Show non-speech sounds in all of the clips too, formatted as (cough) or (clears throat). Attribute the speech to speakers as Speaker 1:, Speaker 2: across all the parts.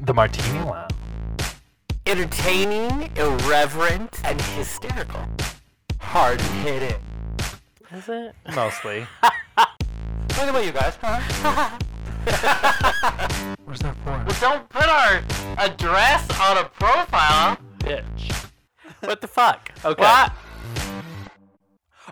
Speaker 1: The Martini Lounge.
Speaker 2: Entertaining, irreverent, and hysterical. Hard hitting.
Speaker 3: Is it? (laughs)
Speaker 1: Mostly.
Speaker 2: What about you guys? Huh?
Speaker 1: Where's that for?
Speaker 2: well, don't put our address on a profile.
Speaker 3: Bitch. What the fuck? Okay.
Speaker 2: What?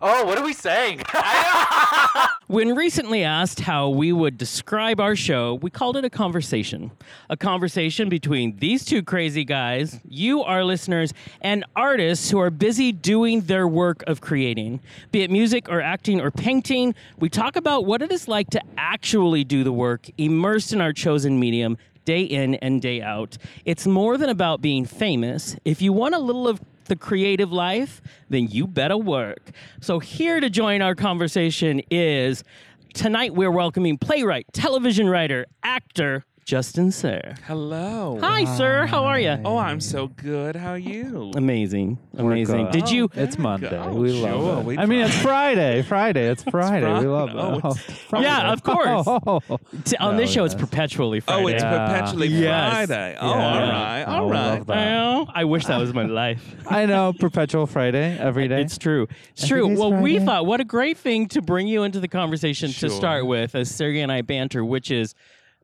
Speaker 3: Oh, what are we
Speaker 2: (laughs)
Speaker 3: saying? (laughs)
Speaker 4: When recently asked how we would describe our show, we called it a conversation. A conversation between these two crazy guys, you, our listeners, and artists who are busy doing their work of creating. Be it music or acting or painting, we talk about what it is like to actually do the work, immersed in our chosen medium, day in and day out. It's more than about being famous. If you want a little of the creative life, then you better work. So, here to join our conversation is tonight we're welcoming playwright, television writer, actor Justin Sayre.
Speaker 5: Hello.
Speaker 4: Hi, sir. How are you?
Speaker 5: Oh, I'm so good. How are you?
Speaker 4: amazing. Amazing. Did you?
Speaker 6: Oh, It's Monday.
Speaker 5: God.
Speaker 6: we love
Speaker 5: Sure,
Speaker 6: it.
Speaker 5: we
Speaker 6: I mean, it's
Speaker 5: try.
Speaker 6: Friday. Friday. It's Friday. we
Speaker 5: Friday.
Speaker 6: love it.
Speaker 5: Oh,
Speaker 6: (laughs)
Speaker 5: it's
Speaker 4: Yeah, of course.
Speaker 6: Oh.
Speaker 4: T- on this
Speaker 6: No,
Speaker 4: show, it's
Speaker 6: yes.
Speaker 4: perpetually Friday.
Speaker 5: Oh, it's
Speaker 6: Yeah.
Speaker 5: perpetually
Speaker 4: Yes.
Speaker 5: Friday. Oh,
Speaker 6: Yeah.
Speaker 5: all right.
Speaker 6: Oh,
Speaker 5: All
Speaker 6: we
Speaker 5: right.
Speaker 6: love that.
Speaker 4: Well, I wish that was my life.
Speaker 6: I know. Perpetual Friday every day.
Speaker 4: It's true. It's
Speaker 6: I
Speaker 4: true.
Speaker 6: think it's
Speaker 4: Well, we
Speaker 6: Friday.
Speaker 4: thought what a great thing to bring you into the conversation
Speaker 5: Sure.
Speaker 4: to start with, as Sergey and I banter, which is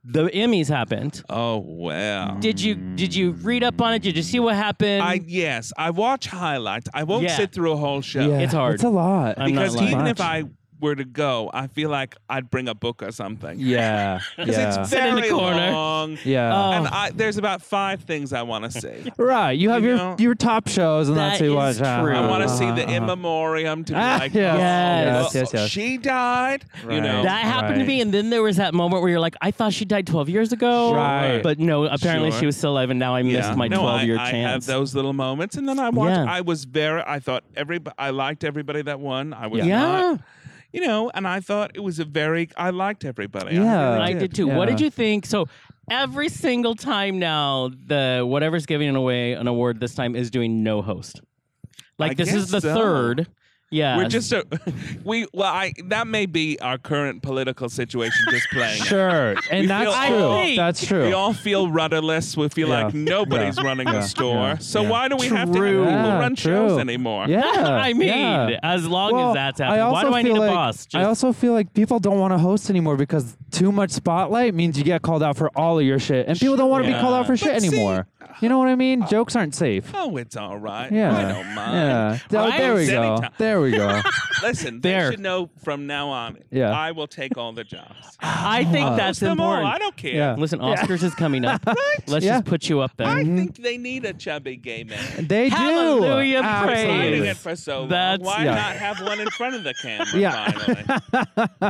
Speaker 4: the Emmys happened.
Speaker 5: Oh, wow.
Speaker 4: Did you did you read up on it? Did you see what happened?
Speaker 5: I yes, I watch highlights. I won't
Speaker 4: Yeah.
Speaker 5: sit through a whole show
Speaker 6: Yeah,
Speaker 4: It's hard.
Speaker 6: It's a lot.
Speaker 4: I'm not
Speaker 5: because
Speaker 4: lying.
Speaker 5: even if I were to go, I feel like I'd bring a book or something. (laughs)
Speaker 6: (laughs) Yeah.
Speaker 5: Because
Speaker 6: Yeah.
Speaker 5: it's
Speaker 4: Sit in the
Speaker 5: very
Speaker 4: corner.
Speaker 5: long.
Speaker 6: (laughs) yeah.
Speaker 4: Uh,
Speaker 5: And I, there's about five things I want to see.
Speaker 6: right. You have
Speaker 5: you
Speaker 6: your
Speaker 5: know,
Speaker 6: your top shows, and
Speaker 4: that
Speaker 6: that's who
Speaker 4: is
Speaker 6: watch.
Speaker 4: true.
Speaker 5: I want to
Speaker 4: Uh-huh,
Speaker 5: see
Speaker 6: (laughs)
Speaker 5: the in memoriam to be
Speaker 6: Ah,
Speaker 5: like,
Speaker 6: yes.
Speaker 5: oh,
Speaker 4: Yes.
Speaker 6: Yes, yes, yes.
Speaker 5: she died. You
Speaker 6: Right.
Speaker 5: know,
Speaker 4: that happened to
Speaker 6: Right.
Speaker 4: me, and then there was that moment where you're like, I thought she died 12 years ago,
Speaker 6: Right.
Speaker 4: But no, apparently
Speaker 5: Sure.
Speaker 4: she was still alive, and now I missed my
Speaker 5: no,
Speaker 4: 12
Speaker 5: I-
Speaker 4: year
Speaker 5: I have
Speaker 4: chance.
Speaker 5: those little moments, and then I watched.
Speaker 4: Yeah.
Speaker 5: I was very. I thought every. I liked everybody that won. I was
Speaker 4: Yeah.
Speaker 5: not. You know, and I thought it was a very. I liked everybody. I
Speaker 6: Yeah.
Speaker 5: really
Speaker 4: I did too. What
Speaker 6: Yeah.
Speaker 4: did you think? So every single time now, the whatever's giving away an award this time is doing no host. Like
Speaker 5: I
Speaker 4: this is
Speaker 5: guess
Speaker 4: the
Speaker 5: so.
Speaker 4: third. Yeah.
Speaker 5: We're just a. (laughs) We well, I that may be our current political situation just
Speaker 6: (laughs)
Speaker 5: playing. out.
Speaker 6: Sure.
Speaker 5: feel
Speaker 6: And that's
Speaker 5: I
Speaker 6: true.
Speaker 4: think-
Speaker 6: That's
Speaker 5: We
Speaker 6: true.
Speaker 5: all feel rudderless. We feel
Speaker 6: Yeah.
Speaker 5: like nobody's
Speaker 6: Yeah.
Speaker 5: running
Speaker 6: Yeah.
Speaker 5: the store.
Speaker 6: Yeah.
Speaker 5: So
Speaker 6: Yeah.
Speaker 5: why do we have to have
Speaker 4: True.
Speaker 5: people
Speaker 6: Yeah,
Speaker 5: run shows
Speaker 6: true.
Speaker 5: anymore? (laughs)
Speaker 6: Yeah.
Speaker 4: (laughs) I mean,
Speaker 6: yeah.
Speaker 4: as long as that's happening, why
Speaker 6: also
Speaker 4: do I need
Speaker 6: feel
Speaker 4: a
Speaker 6: like-
Speaker 4: boss? Just,
Speaker 6: I also feel like people don't want to host anymore because too much spotlight means you get called out for all of your shit, and people don't want to be called out for
Speaker 5: Sure. But
Speaker 6: shit
Speaker 5: see-
Speaker 6: anymore. you know what I mean? Jokes aren't safe.
Speaker 5: Oh, it's all right.
Speaker 6: Yeah.
Speaker 5: I don't mind.
Speaker 6: Yeah. Oh,
Speaker 4: Right?
Speaker 6: there we
Speaker 5: Any
Speaker 6: go.
Speaker 5: time.
Speaker 6: There
Speaker 4: (laughs)
Speaker 6: we go.
Speaker 5: Listen,
Speaker 4: There.
Speaker 5: they should know from now on.
Speaker 6: Yeah.
Speaker 5: I will take all the jobs.
Speaker 4: I
Speaker 6: (laughs)
Speaker 4: think that's
Speaker 5: Them all.
Speaker 4: important.
Speaker 5: I don't care.
Speaker 6: Yeah.
Speaker 4: Listen, Oscars is coming
Speaker 5: (laughs)
Speaker 4: up. Let's
Speaker 6: Yeah.
Speaker 4: just put you up there.
Speaker 5: I
Speaker 6: Mm-hmm.
Speaker 5: think they need a chubby gay
Speaker 6: (laughs)
Speaker 5: man.
Speaker 6: They
Speaker 4: Hallelujah,
Speaker 6: do.
Speaker 4: praise.
Speaker 5: Hiding it
Speaker 6: Absolutely.
Speaker 5: for so long.
Speaker 4: That's-
Speaker 5: Why
Speaker 6: Yeah.
Speaker 5: not have one in front of the camera
Speaker 6: (laughs) Yeah.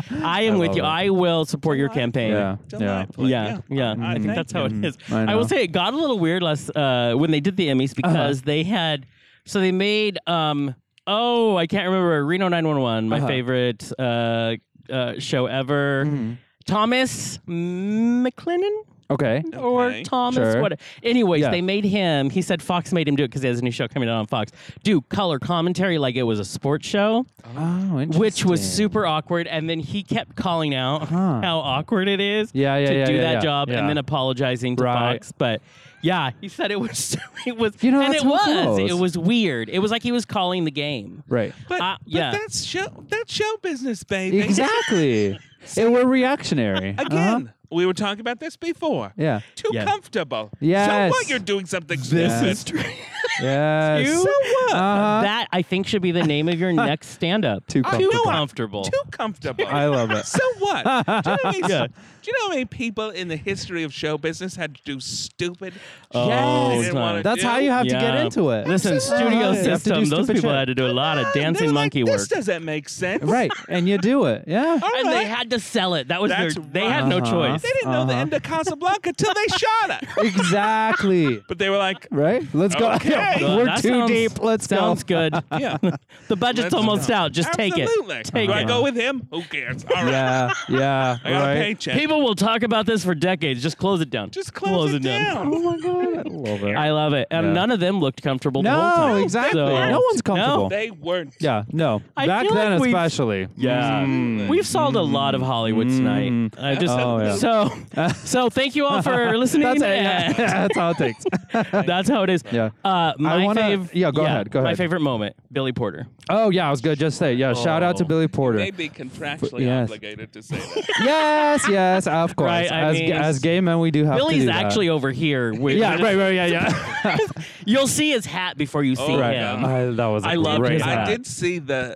Speaker 5: finally?
Speaker 4: I am with
Speaker 6: love
Speaker 4: you.
Speaker 6: it.
Speaker 4: I will support your campaign.
Speaker 6: Yeah. Mm-hmm.
Speaker 5: Delightful.
Speaker 4: yeah, yeah. I think that's how it is.
Speaker 6: I
Speaker 4: I, will
Speaker 6: know. Uh-huh.
Speaker 4: say it got a little weird last uh, when they did the Emmys because they had so they made um oh I can't remember Reno 911 my
Speaker 6: Uh-huh.
Speaker 4: favorite uh, uh, show ever
Speaker 6: Mhm.
Speaker 4: Thomas McLennan
Speaker 6: Okay.
Speaker 4: or
Speaker 5: Okay.
Speaker 4: Thomas
Speaker 6: Sure.
Speaker 4: what anyways
Speaker 6: Yeah.
Speaker 4: they made him he said Fox made him do it because he has a new show coming out on Fox do color commentary like it was a sports show
Speaker 6: Oh, interesting.
Speaker 4: which was super awkward. And then he kept calling out
Speaker 6: Huh.
Speaker 4: how awkward it is
Speaker 6: Yeah, yeah,
Speaker 4: to
Speaker 6: yeah,
Speaker 4: do
Speaker 6: yeah,
Speaker 4: that
Speaker 6: yeah,
Speaker 4: job,
Speaker 6: yeah.
Speaker 4: and then apologizing to
Speaker 6: Right.
Speaker 4: Fox. But yeah, he said it was (laughs) it was
Speaker 6: You know,
Speaker 4: and
Speaker 6: that's
Speaker 4: it was
Speaker 6: how it goes.
Speaker 4: it was weird. It was like he was calling the game. (laughs)
Speaker 6: Right.
Speaker 5: But,
Speaker 4: Uh,
Speaker 5: but
Speaker 4: yeah.
Speaker 5: that's show that's show business, baby.
Speaker 4: (laughs)
Speaker 6: Exactly. and we're reactionary. Uh-huh.
Speaker 5: Again, we were talking about this before.
Speaker 6: Yeah.
Speaker 5: Too
Speaker 4: Yes.
Speaker 5: comfortable. So
Speaker 6: Yes.
Speaker 5: what? You're doing something
Speaker 6: This
Speaker 5: stupid.
Speaker 6: is Uh-huh. Yes.
Speaker 4: You-
Speaker 5: (laughs) So what?
Speaker 6: Uh-huh.
Speaker 4: That I think should be the name of
Speaker 6: (laughs)
Speaker 4: your next stand-up.
Speaker 6: Too comfortable.
Speaker 4: comfortable.
Speaker 5: Too comfortable.
Speaker 6: I love it.
Speaker 5: so what? Do you, know how
Speaker 6: (laughs)
Speaker 5: many, do you know how many people in the history of show business had to do stupid?
Speaker 4: Oh,
Speaker 5: shit they
Speaker 4: it's
Speaker 5: didn't
Speaker 4: not-
Speaker 5: wanna
Speaker 6: That's
Speaker 5: do?
Speaker 6: how you have to get
Speaker 4: Yeah.
Speaker 6: into it.
Speaker 4: Listen, studio
Speaker 6: Uh-huh. You have to do
Speaker 4: system. Those
Speaker 6: stupid
Speaker 4: people
Speaker 6: shit.
Speaker 4: had to do a lot of
Speaker 5: (laughs) They were
Speaker 4: dancing
Speaker 5: like,
Speaker 4: monkey
Speaker 5: this
Speaker 4: work.
Speaker 5: doesn't make sense.
Speaker 6: (laughs)
Speaker 4: (laughs)
Speaker 6: Right. And you do it. Yeah.
Speaker 5: All
Speaker 4: and they
Speaker 5: right.
Speaker 4: had to sell it. That was
Speaker 5: That's
Speaker 4: their. They had no
Speaker 6: right.
Speaker 4: choice.
Speaker 5: They didn't know the
Speaker 6: Uh-huh.
Speaker 5: end of Casablanca till
Speaker 4: (laughs)
Speaker 5: they shot it.
Speaker 6: Exactly.
Speaker 5: But they were like,
Speaker 6: Right? Let's go.
Speaker 5: Okay.
Speaker 6: (laughs) We're
Speaker 4: That
Speaker 6: too
Speaker 4: sounds-
Speaker 6: deep. Let's Let's go.
Speaker 4: Sounds good.
Speaker 5: Yeah.
Speaker 4: the budget's (laughs)
Speaker 5: Let's
Speaker 4: almost
Speaker 5: go.
Speaker 4: out. Just
Speaker 5: Absolutely.
Speaker 4: take it. Take
Speaker 5: Do I
Speaker 4: it.
Speaker 5: go with him? Who cares? All right.
Speaker 6: (laughs) Yeah, yeah,
Speaker 5: I got a
Speaker 6: right.
Speaker 5: paycheck.
Speaker 4: People will talk about this for decades. Just close it down.
Speaker 5: Just close, it down.
Speaker 6: Oh
Speaker 4: (laughs)
Speaker 6: my god, I love it.
Speaker 4: I love it. And
Speaker 6: Yeah.
Speaker 4: none of them looked comfortable. the whole
Speaker 6: no,
Speaker 4: time.
Speaker 6: exactly.
Speaker 4: So-
Speaker 6: no one's comfortable.
Speaker 5: They weren't.
Speaker 6: yeah, no.
Speaker 4: I
Speaker 6: Back
Speaker 4: feel
Speaker 6: then,
Speaker 4: like we've-
Speaker 6: especially.
Speaker 4: Yeah.
Speaker 5: Absolutely.
Speaker 4: We've solved a lot of Hollywood tonight. I just
Speaker 6: Oh, yeah.
Speaker 4: so so thank you all for listening.
Speaker 6: (laughs) That's it.
Speaker 4: and-
Speaker 6: (laughs) That's how it takes.
Speaker 4: (laughs) That's how it is.
Speaker 6: Yeah.
Speaker 4: Uh, my
Speaker 6: wanna-
Speaker 4: fave-
Speaker 6: yeah, go ahead, go
Speaker 4: My
Speaker 6: ahead.
Speaker 4: favorite moment, Billy Porter.
Speaker 6: oh yeah, I was good. Just say yeah. Shout out to
Speaker 4: Oh.
Speaker 6: Billy Porter.
Speaker 5: They'd be contractually
Speaker 6: Yes.
Speaker 5: obligated to say that.
Speaker 6: yes, yes, of
Speaker 4: (laughs)
Speaker 6: course.
Speaker 4: Right, I
Speaker 6: as,
Speaker 4: mean-
Speaker 6: as gay men, we do have to
Speaker 4: Billy's
Speaker 6: do that.
Speaker 4: actually over here. With,
Speaker 6: Yeah, right, right, yeah, yeah. (laughs)
Speaker 4: You'll see his hat before you see
Speaker 5: Oh,
Speaker 6: right.
Speaker 4: him.
Speaker 5: yeah.
Speaker 6: I- that was a
Speaker 4: I loved
Speaker 6: great
Speaker 4: his
Speaker 6: hat.
Speaker 5: I did see the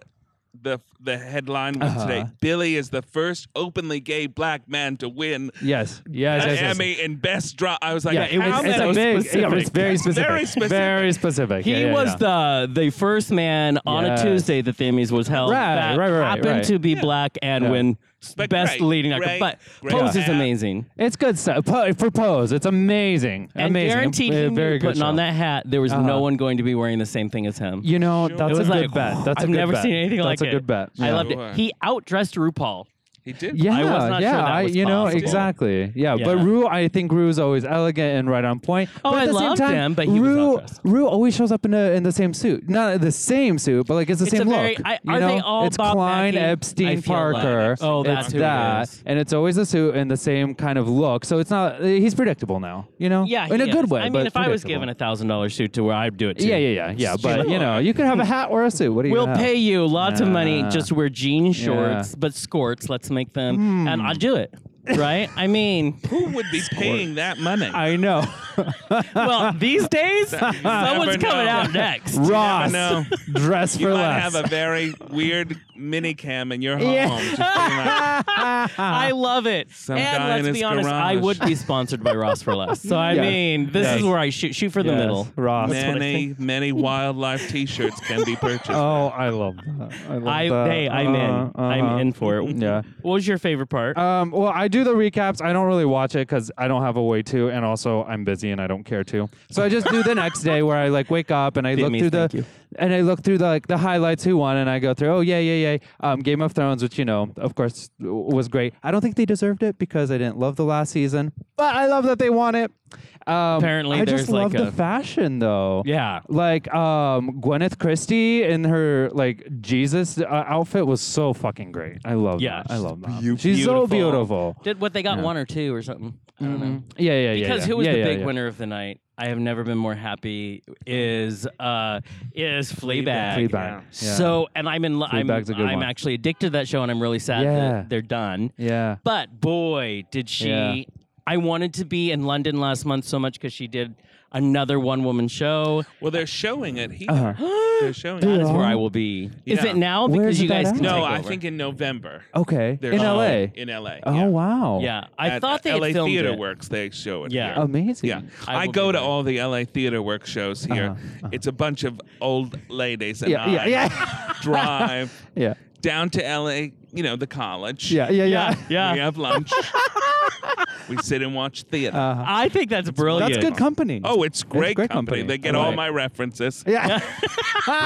Speaker 5: the the headline was
Speaker 6: Uh-huh.
Speaker 5: today. Billy is the first openly gay black man to win
Speaker 6: Yes, yes,
Speaker 5: an
Speaker 6: yes. yes.
Speaker 5: Emmy in Best Drop. I was like,
Speaker 6: Yeah, it
Speaker 5: how
Speaker 6: was. It's
Speaker 5: many-
Speaker 6: a big. Yeah, it was very specific.
Speaker 5: Very specific.
Speaker 6: Very specific.
Speaker 4: He
Speaker 6: yeah, yeah,
Speaker 4: was
Speaker 6: yeah.
Speaker 4: the the first man on
Speaker 6: Yes.
Speaker 4: a Tuesday that the Emmys was held.
Speaker 6: Right,
Speaker 4: that
Speaker 6: right, right,
Speaker 4: Happened
Speaker 6: right.
Speaker 4: to be black and
Speaker 6: Yeah.
Speaker 4: win
Speaker 5: But
Speaker 4: best
Speaker 5: great,
Speaker 4: leading actor.
Speaker 5: great,
Speaker 4: but
Speaker 5: great
Speaker 4: Pose is
Speaker 5: hat.
Speaker 4: amazing.
Speaker 6: It's good stuff. Po- for pose, it's amazing.
Speaker 4: And
Speaker 6: amazing.
Speaker 4: guaranteed,
Speaker 6: Uh,
Speaker 4: he
Speaker 6: very
Speaker 4: knew
Speaker 6: good
Speaker 4: putting on
Speaker 6: show.
Speaker 4: that hat, there was
Speaker 6: Uh-huh.
Speaker 4: no one going to be wearing the same thing as him.
Speaker 6: You know,
Speaker 5: Sure.
Speaker 6: that's
Speaker 4: it
Speaker 6: a
Speaker 4: was
Speaker 6: good
Speaker 4: like
Speaker 6: bet. That's
Speaker 4: I've
Speaker 6: a good
Speaker 4: never
Speaker 6: bet.
Speaker 4: seen anything
Speaker 6: that's
Speaker 4: like
Speaker 6: a good
Speaker 4: it.
Speaker 6: bet.
Speaker 4: I
Speaker 6: Yeah.
Speaker 4: loved
Speaker 5: Sure.
Speaker 4: it. He outdressed RuPaul.
Speaker 5: He did.
Speaker 6: Yeah,
Speaker 4: was not sure
Speaker 6: yeah,
Speaker 4: that
Speaker 6: I,
Speaker 4: was
Speaker 6: you know
Speaker 4: possible.
Speaker 6: exactly. Yeah, but
Speaker 4: Yeah.
Speaker 6: Rue, I think Rue's always elegant and right on point.
Speaker 4: Oh,
Speaker 6: but at
Speaker 4: I
Speaker 6: the
Speaker 4: loved
Speaker 6: same time,
Speaker 4: him, but he was
Speaker 6: Rue,
Speaker 4: outdressed.
Speaker 6: Rue always shows up in the in the same suit, not the same suit, but like it's the
Speaker 4: It's a
Speaker 6: same
Speaker 4: very-
Speaker 6: look.
Speaker 4: I-
Speaker 6: you
Speaker 4: are
Speaker 6: know?
Speaker 4: they all
Speaker 6: It's
Speaker 4: Bob
Speaker 6: Klein,
Speaker 4: Mackie? I
Speaker 6: Epstein,
Speaker 4: feel like-
Speaker 6: Parker.
Speaker 4: Oh, that's
Speaker 6: it's
Speaker 4: who it
Speaker 6: that,
Speaker 4: is.
Speaker 6: and it's always the suit and the same kind of look. So it's not. He's predictable now, you know.
Speaker 4: Yeah,
Speaker 6: in
Speaker 4: he
Speaker 6: a good
Speaker 4: is.
Speaker 6: way.
Speaker 4: I mean,
Speaker 6: but
Speaker 4: if I was
Speaker 6: predictable.
Speaker 4: given a thousand dollar suit to where I'd do it too.
Speaker 6: Yeah, yeah, yeah, yeah. But you know, you could have a hat or a suit. What do you?
Speaker 4: We'll
Speaker 6: have?
Speaker 4: pay you lots of money.
Speaker 6: Yeah. Hmm.
Speaker 4: Just wear jean shorts, but skorts. Let's make them, and I'll do it. Right? I mean,
Speaker 5: Who would be paying that money?
Speaker 4: (laughs)
Speaker 6: I know.
Speaker 4: well,
Speaker 6: (laughs)
Speaker 4: these days, someone's
Speaker 5: never
Speaker 4: coming
Speaker 5: know.
Speaker 4: out next.
Speaker 6: Ross,
Speaker 5: know.
Speaker 6: dress
Speaker 5: you
Speaker 6: for
Speaker 5: might
Speaker 6: less.
Speaker 5: have a very weird mini cam in your home.
Speaker 6: Yeah. (laughs)
Speaker 5: Just being like,
Speaker 4: I love it.
Speaker 5: Some
Speaker 4: and
Speaker 5: guy in
Speaker 4: let's
Speaker 5: his
Speaker 4: be honest, I
Speaker 5: garage.
Speaker 4: would be sponsored by Ross for Less. So I
Speaker 6: (laughs) Yes.
Speaker 4: mean, this
Speaker 6: Yes.
Speaker 4: is where I shoot shoot for the
Speaker 6: Yes,
Speaker 4: middle.
Speaker 6: Ross.
Speaker 4: That's what I think.
Speaker 5: many, many wildlife T-shirts can be purchased.
Speaker 6: Oh, I love that. I love
Speaker 4: I,
Speaker 6: that.
Speaker 4: hey, I'm in.
Speaker 6: Uh-huh, uh-huh.
Speaker 4: I'm in for it.
Speaker 6: (laughs) Yeah.
Speaker 4: What was your favorite part?
Speaker 6: Um, well, I do the recaps. I don't really watch it because I don't have a way to, and also I'm busy and I don't care to. So I just do the next day where I like wake up and I look
Speaker 4: Vietnamese,
Speaker 6: through
Speaker 4: thank
Speaker 6: the
Speaker 4: you.
Speaker 6: and I look through the like the highlights who won, and I go through. Oh yeah, yeah, yeah. Um, Game of Thrones, which you know, of course, w- was great. I don't think they deserved it because I didn't love the last season, but I love that they won it. Um,
Speaker 4: Apparently
Speaker 6: I just
Speaker 4: there's, like,
Speaker 6: love the
Speaker 4: a-
Speaker 6: fashion though.
Speaker 4: yeah.
Speaker 6: Like um, Gwyneth Christie in her like Jesus uh, outfit was so fucking great. I love
Speaker 4: Yeah,
Speaker 6: that. I
Speaker 4: she's
Speaker 6: love that. She's so beautiful.
Speaker 4: Did what they got one or two or something? I don't know.
Speaker 6: Mm-hmm. Yeah, yeah, yeah.
Speaker 4: Mm-hmm. Because
Speaker 6: yeah.
Speaker 4: who was
Speaker 6: yeah,
Speaker 4: the
Speaker 6: yeah,
Speaker 4: big
Speaker 6: yeah.
Speaker 4: winner of the night? I have never been more happy. Is uh is Fleabag.
Speaker 6: Fleabag. Yeah.
Speaker 4: So and I'm in. lo- I'm
Speaker 6: Fleabag's a good
Speaker 4: I'm
Speaker 6: one.
Speaker 4: actually addicted to that show and I'm really sad
Speaker 6: Yeah.
Speaker 4: that they're done.
Speaker 6: yeah.
Speaker 4: But boy, did she!
Speaker 6: Yeah.
Speaker 4: I wanted to be in London last month so much because she did another one-woman show.
Speaker 5: Well, they're showing it here. They're showing
Speaker 6: Uh-huh. Dude,
Speaker 5: it.
Speaker 4: That is where
Speaker 6: Yeah.
Speaker 4: I
Speaker 6: (gasps)
Speaker 4: will be. Is
Speaker 5: Yeah.
Speaker 4: it now?
Speaker 6: Where
Speaker 4: Because
Speaker 6: is
Speaker 4: you
Speaker 6: it that
Speaker 4: guys
Speaker 6: at?
Speaker 4: can
Speaker 5: No,
Speaker 4: take
Speaker 5: I
Speaker 4: over.
Speaker 5: think in November.
Speaker 6: Okay.
Speaker 5: Oh, They're
Speaker 6: in
Speaker 5: showing
Speaker 6: LA.
Speaker 5: it In LA.
Speaker 6: oh
Speaker 5: yeah.
Speaker 6: wow.
Speaker 4: Yeah, I
Speaker 5: At
Speaker 4: thought they had
Speaker 5: LA
Speaker 4: filmed
Speaker 5: Theater
Speaker 4: it.
Speaker 5: Works. They show it.
Speaker 4: Yeah.
Speaker 5: here.
Speaker 6: Amazing.
Speaker 5: Yeah,
Speaker 4: I
Speaker 5: I,
Speaker 4: will
Speaker 5: go
Speaker 4: be
Speaker 5: to
Speaker 4: there.
Speaker 5: all the LA theater work shows here. It's a bunch of old ladies and
Speaker 6: Uh-huh. Yeah, yeah,
Speaker 5: I
Speaker 6: yeah. (laughs)
Speaker 5: drive
Speaker 6: Yeah.
Speaker 5: down to LA, you know, the college.
Speaker 6: Yeah. Yeah.
Speaker 4: Yeah,
Speaker 6: Yeah.
Speaker 4: yeah.
Speaker 5: We have
Speaker 6: (laughs)
Speaker 5: lunch. we sit and watch theater.
Speaker 6: Uh-huh.
Speaker 4: I think that's brilliant.
Speaker 6: That's good company.
Speaker 5: oh, it's great,
Speaker 6: great
Speaker 5: company.
Speaker 6: company.
Speaker 5: They get
Speaker 6: I
Speaker 5: all
Speaker 6: like it.
Speaker 5: my references.
Speaker 4: (laughs)
Speaker 6: (laughs) Yeah.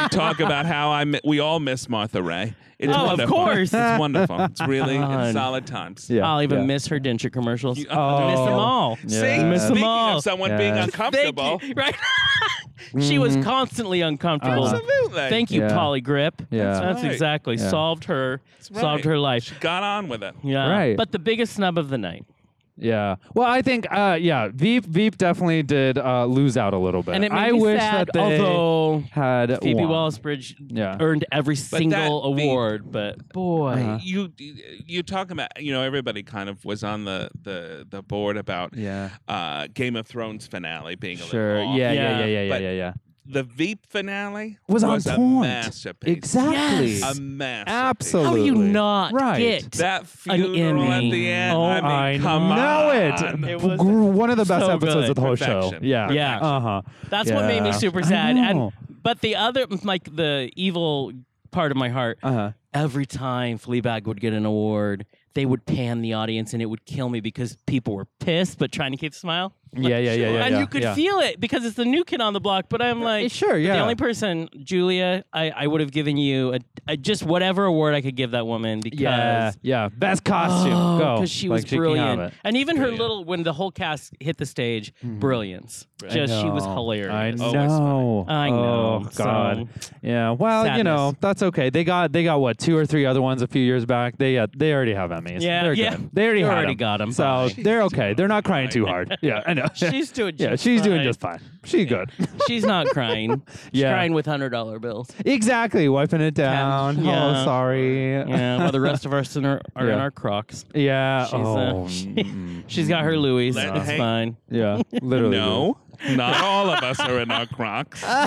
Speaker 5: We talk about how I mi- we all miss Martha Ray. It's
Speaker 4: Oh, of
Speaker 5: wonderful.
Speaker 4: course.
Speaker 5: It's wonderful. It's really
Speaker 4: Fun.
Speaker 5: it's solid times.
Speaker 6: Yeah.
Speaker 4: I'll even
Speaker 6: yeah.
Speaker 4: miss her Denture commercials.
Speaker 5: You- uh,
Speaker 4: I miss them
Speaker 6: Oh.
Speaker 4: all.
Speaker 5: See,
Speaker 6: Yeah. Miss 'em
Speaker 5: speaking
Speaker 4: all.
Speaker 5: of someone being
Speaker 6: Yeah.
Speaker 4: Thank
Speaker 5: uncomfortable,
Speaker 4: you. Right. (laughs) she was constantly uncomfortable.
Speaker 6: Mm-hmm. Uh-huh.
Speaker 5: absolutely.
Speaker 4: Thank you,
Speaker 6: Yeah.
Speaker 4: Polly Grip.
Speaker 6: Yeah. That's
Speaker 5: right.
Speaker 4: exactly
Speaker 6: Yeah.
Speaker 4: solved her
Speaker 5: right.
Speaker 4: solved her life.
Speaker 5: Got on with it.
Speaker 4: Yeah.
Speaker 6: Right.
Speaker 4: But the biggest snub of the night.
Speaker 6: Yeah. Well, I think. Uh, yeah. Veep. Veep definitely did uh, lose out a little bit.
Speaker 4: And it made
Speaker 6: I
Speaker 4: me
Speaker 6: wish
Speaker 4: sad,
Speaker 6: that they
Speaker 4: although
Speaker 6: had
Speaker 4: Phoebe
Speaker 6: won.
Speaker 4: Wallace Bridge
Speaker 6: Yeah.
Speaker 4: earned every single
Speaker 5: that beat-
Speaker 4: award, but boy.
Speaker 6: Uh-huh.
Speaker 5: you you talking about you know everybody kind of was on the the the board about
Speaker 6: Yeah.
Speaker 5: uh Game of Thrones finale being a
Speaker 6: Sure.
Speaker 5: little off.
Speaker 6: Yeah.
Speaker 4: Yeah.
Speaker 6: Yeah. Yeah. Yeah. Yeah.
Speaker 5: But-
Speaker 6: Yeah. yeah.
Speaker 5: the Veep finale
Speaker 6: Was on
Speaker 5: a
Speaker 6: point.
Speaker 5: masterpiece
Speaker 6: Exactly.
Speaker 4: Yes.
Speaker 5: a masterpiece
Speaker 4: How do
Speaker 6: Absolutely.
Speaker 4: you not
Speaker 6: Right.
Speaker 4: get
Speaker 5: that funeral
Speaker 4: Emmy.
Speaker 5: at the end
Speaker 4: Oh,
Speaker 5: I mean
Speaker 6: I
Speaker 5: come
Speaker 6: know
Speaker 5: on.
Speaker 6: it.
Speaker 4: It was
Speaker 6: Gr- one of the best
Speaker 4: so
Speaker 6: episodes
Speaker 4: good.
Speaker 6: of the whole show.
Speaker 5: Perfection. Uh-huh.
Speaker 6: Yeah.
Speaker 4: Yeah.
Speaker 6: Uh huh.
Speaker 4: That's what made me
Speaker 6: Yeah.
Speaker 4: super
Speaker 6: I
Speaker 4: sad. And
Speaker 6: know.
Speaker 4: but the other like the evil part of my heart,
Speaker 6: Uh
Speaker 5: Uh-huh.
Speaker 6: huh.
Speaker 4: every time Fleabag would get an award, they would pan the audience and it would kill me because people were pissed but trying to keep a smile.
Speaker 6: Yeah, yeah, yeah, yeah.
Speaker 4: and
Speaker 6: yeah,
Speaker 4: you could
Speaker 6: yeah. Uh,
Speaker 4: feel it because it's the new kid on the block. But I'm like,
Speaker 6: sure,
Speaker 4: but
Speaker 6: yeah.
Speaker 4: The only person, Julia, I, I would have given you a, a just whatever award I could give that woman because
Speaker 6: Yeah, yeah. Best costume. Go.
Speaker 4: because she was
Speaker 6: Like, can have
Speaker 4: brilliant,
Speaker 6: it. Mm-hmm.
Speaker 4: and even her little when the whole cast hit the stage, brilliance. Just she was
Speaker 6: know.
Speaker 4: hilarious.
Speaker 5: Oh,
Speaker 6: I
Speaker 5: it's fine.
Speaker 6: know.
Speaker 4: I know.
Speaker 6: Oh God.
Speaker 4: So-
Speaker 6: yeah. Well, you know
Speaker 4: Sadness.
Speaker 6: that's okay. They got they got what two or three other ones a few years back. They uh, they already have Emmys.
Speaker 4: Yeah,
Speaker 6: They're
Speaker 4: yeah.
Speaker 6: Good. They already
Speaker 4: They
Speaker 6: had
Speaker 4: already
Speaker 6: 'em.
Speaker 4: got 'em.
Speaker 6: So they're okay. They're not crying
Speaker 5: (laughs)
Speaker 6: too hard. Yeah, I know.
Speaker 4: (laughs) She's doing
Speaker 6: (laughs) yeah.
Speaker 4: just
Speaker 6: She's doing
Speaker 4: fine.
Speaker 6: just fine. She's good.
Speaker 4: She's not
Speaker 6: (laughs)
Speaker 4: crying. She's
Speaker 6: Yeah.
Speaker 4: crying with hundred dollar
Speaker 6: (laughs)
Speaker 4: bills.
Speaker 6: exactly. Wiping it down.
Speaker 4: yeah.
Speaker 6: Oh, sorry.
Speaker 4: Yeah, while the rest of us in our, are in
Speaker 6: Yeah.
Speaker 4: our Crocs.
Speaker 6: (laughs) Yeah.
Speaker 4: She's, uh,
Speaker 6: oh.
Speaker 4: she-
Speaker 6: mm.
Speaker 4: She's got her Louis.
Speaker 5: Let-
Speaker 4: That's
Speaker 5: hey.
Speaker 4: fine.
Speaker 6: (laughs) yeah. Literally.
Speaker 5: No, not all of us are in our Crocs.
Speaker 6: (laughs)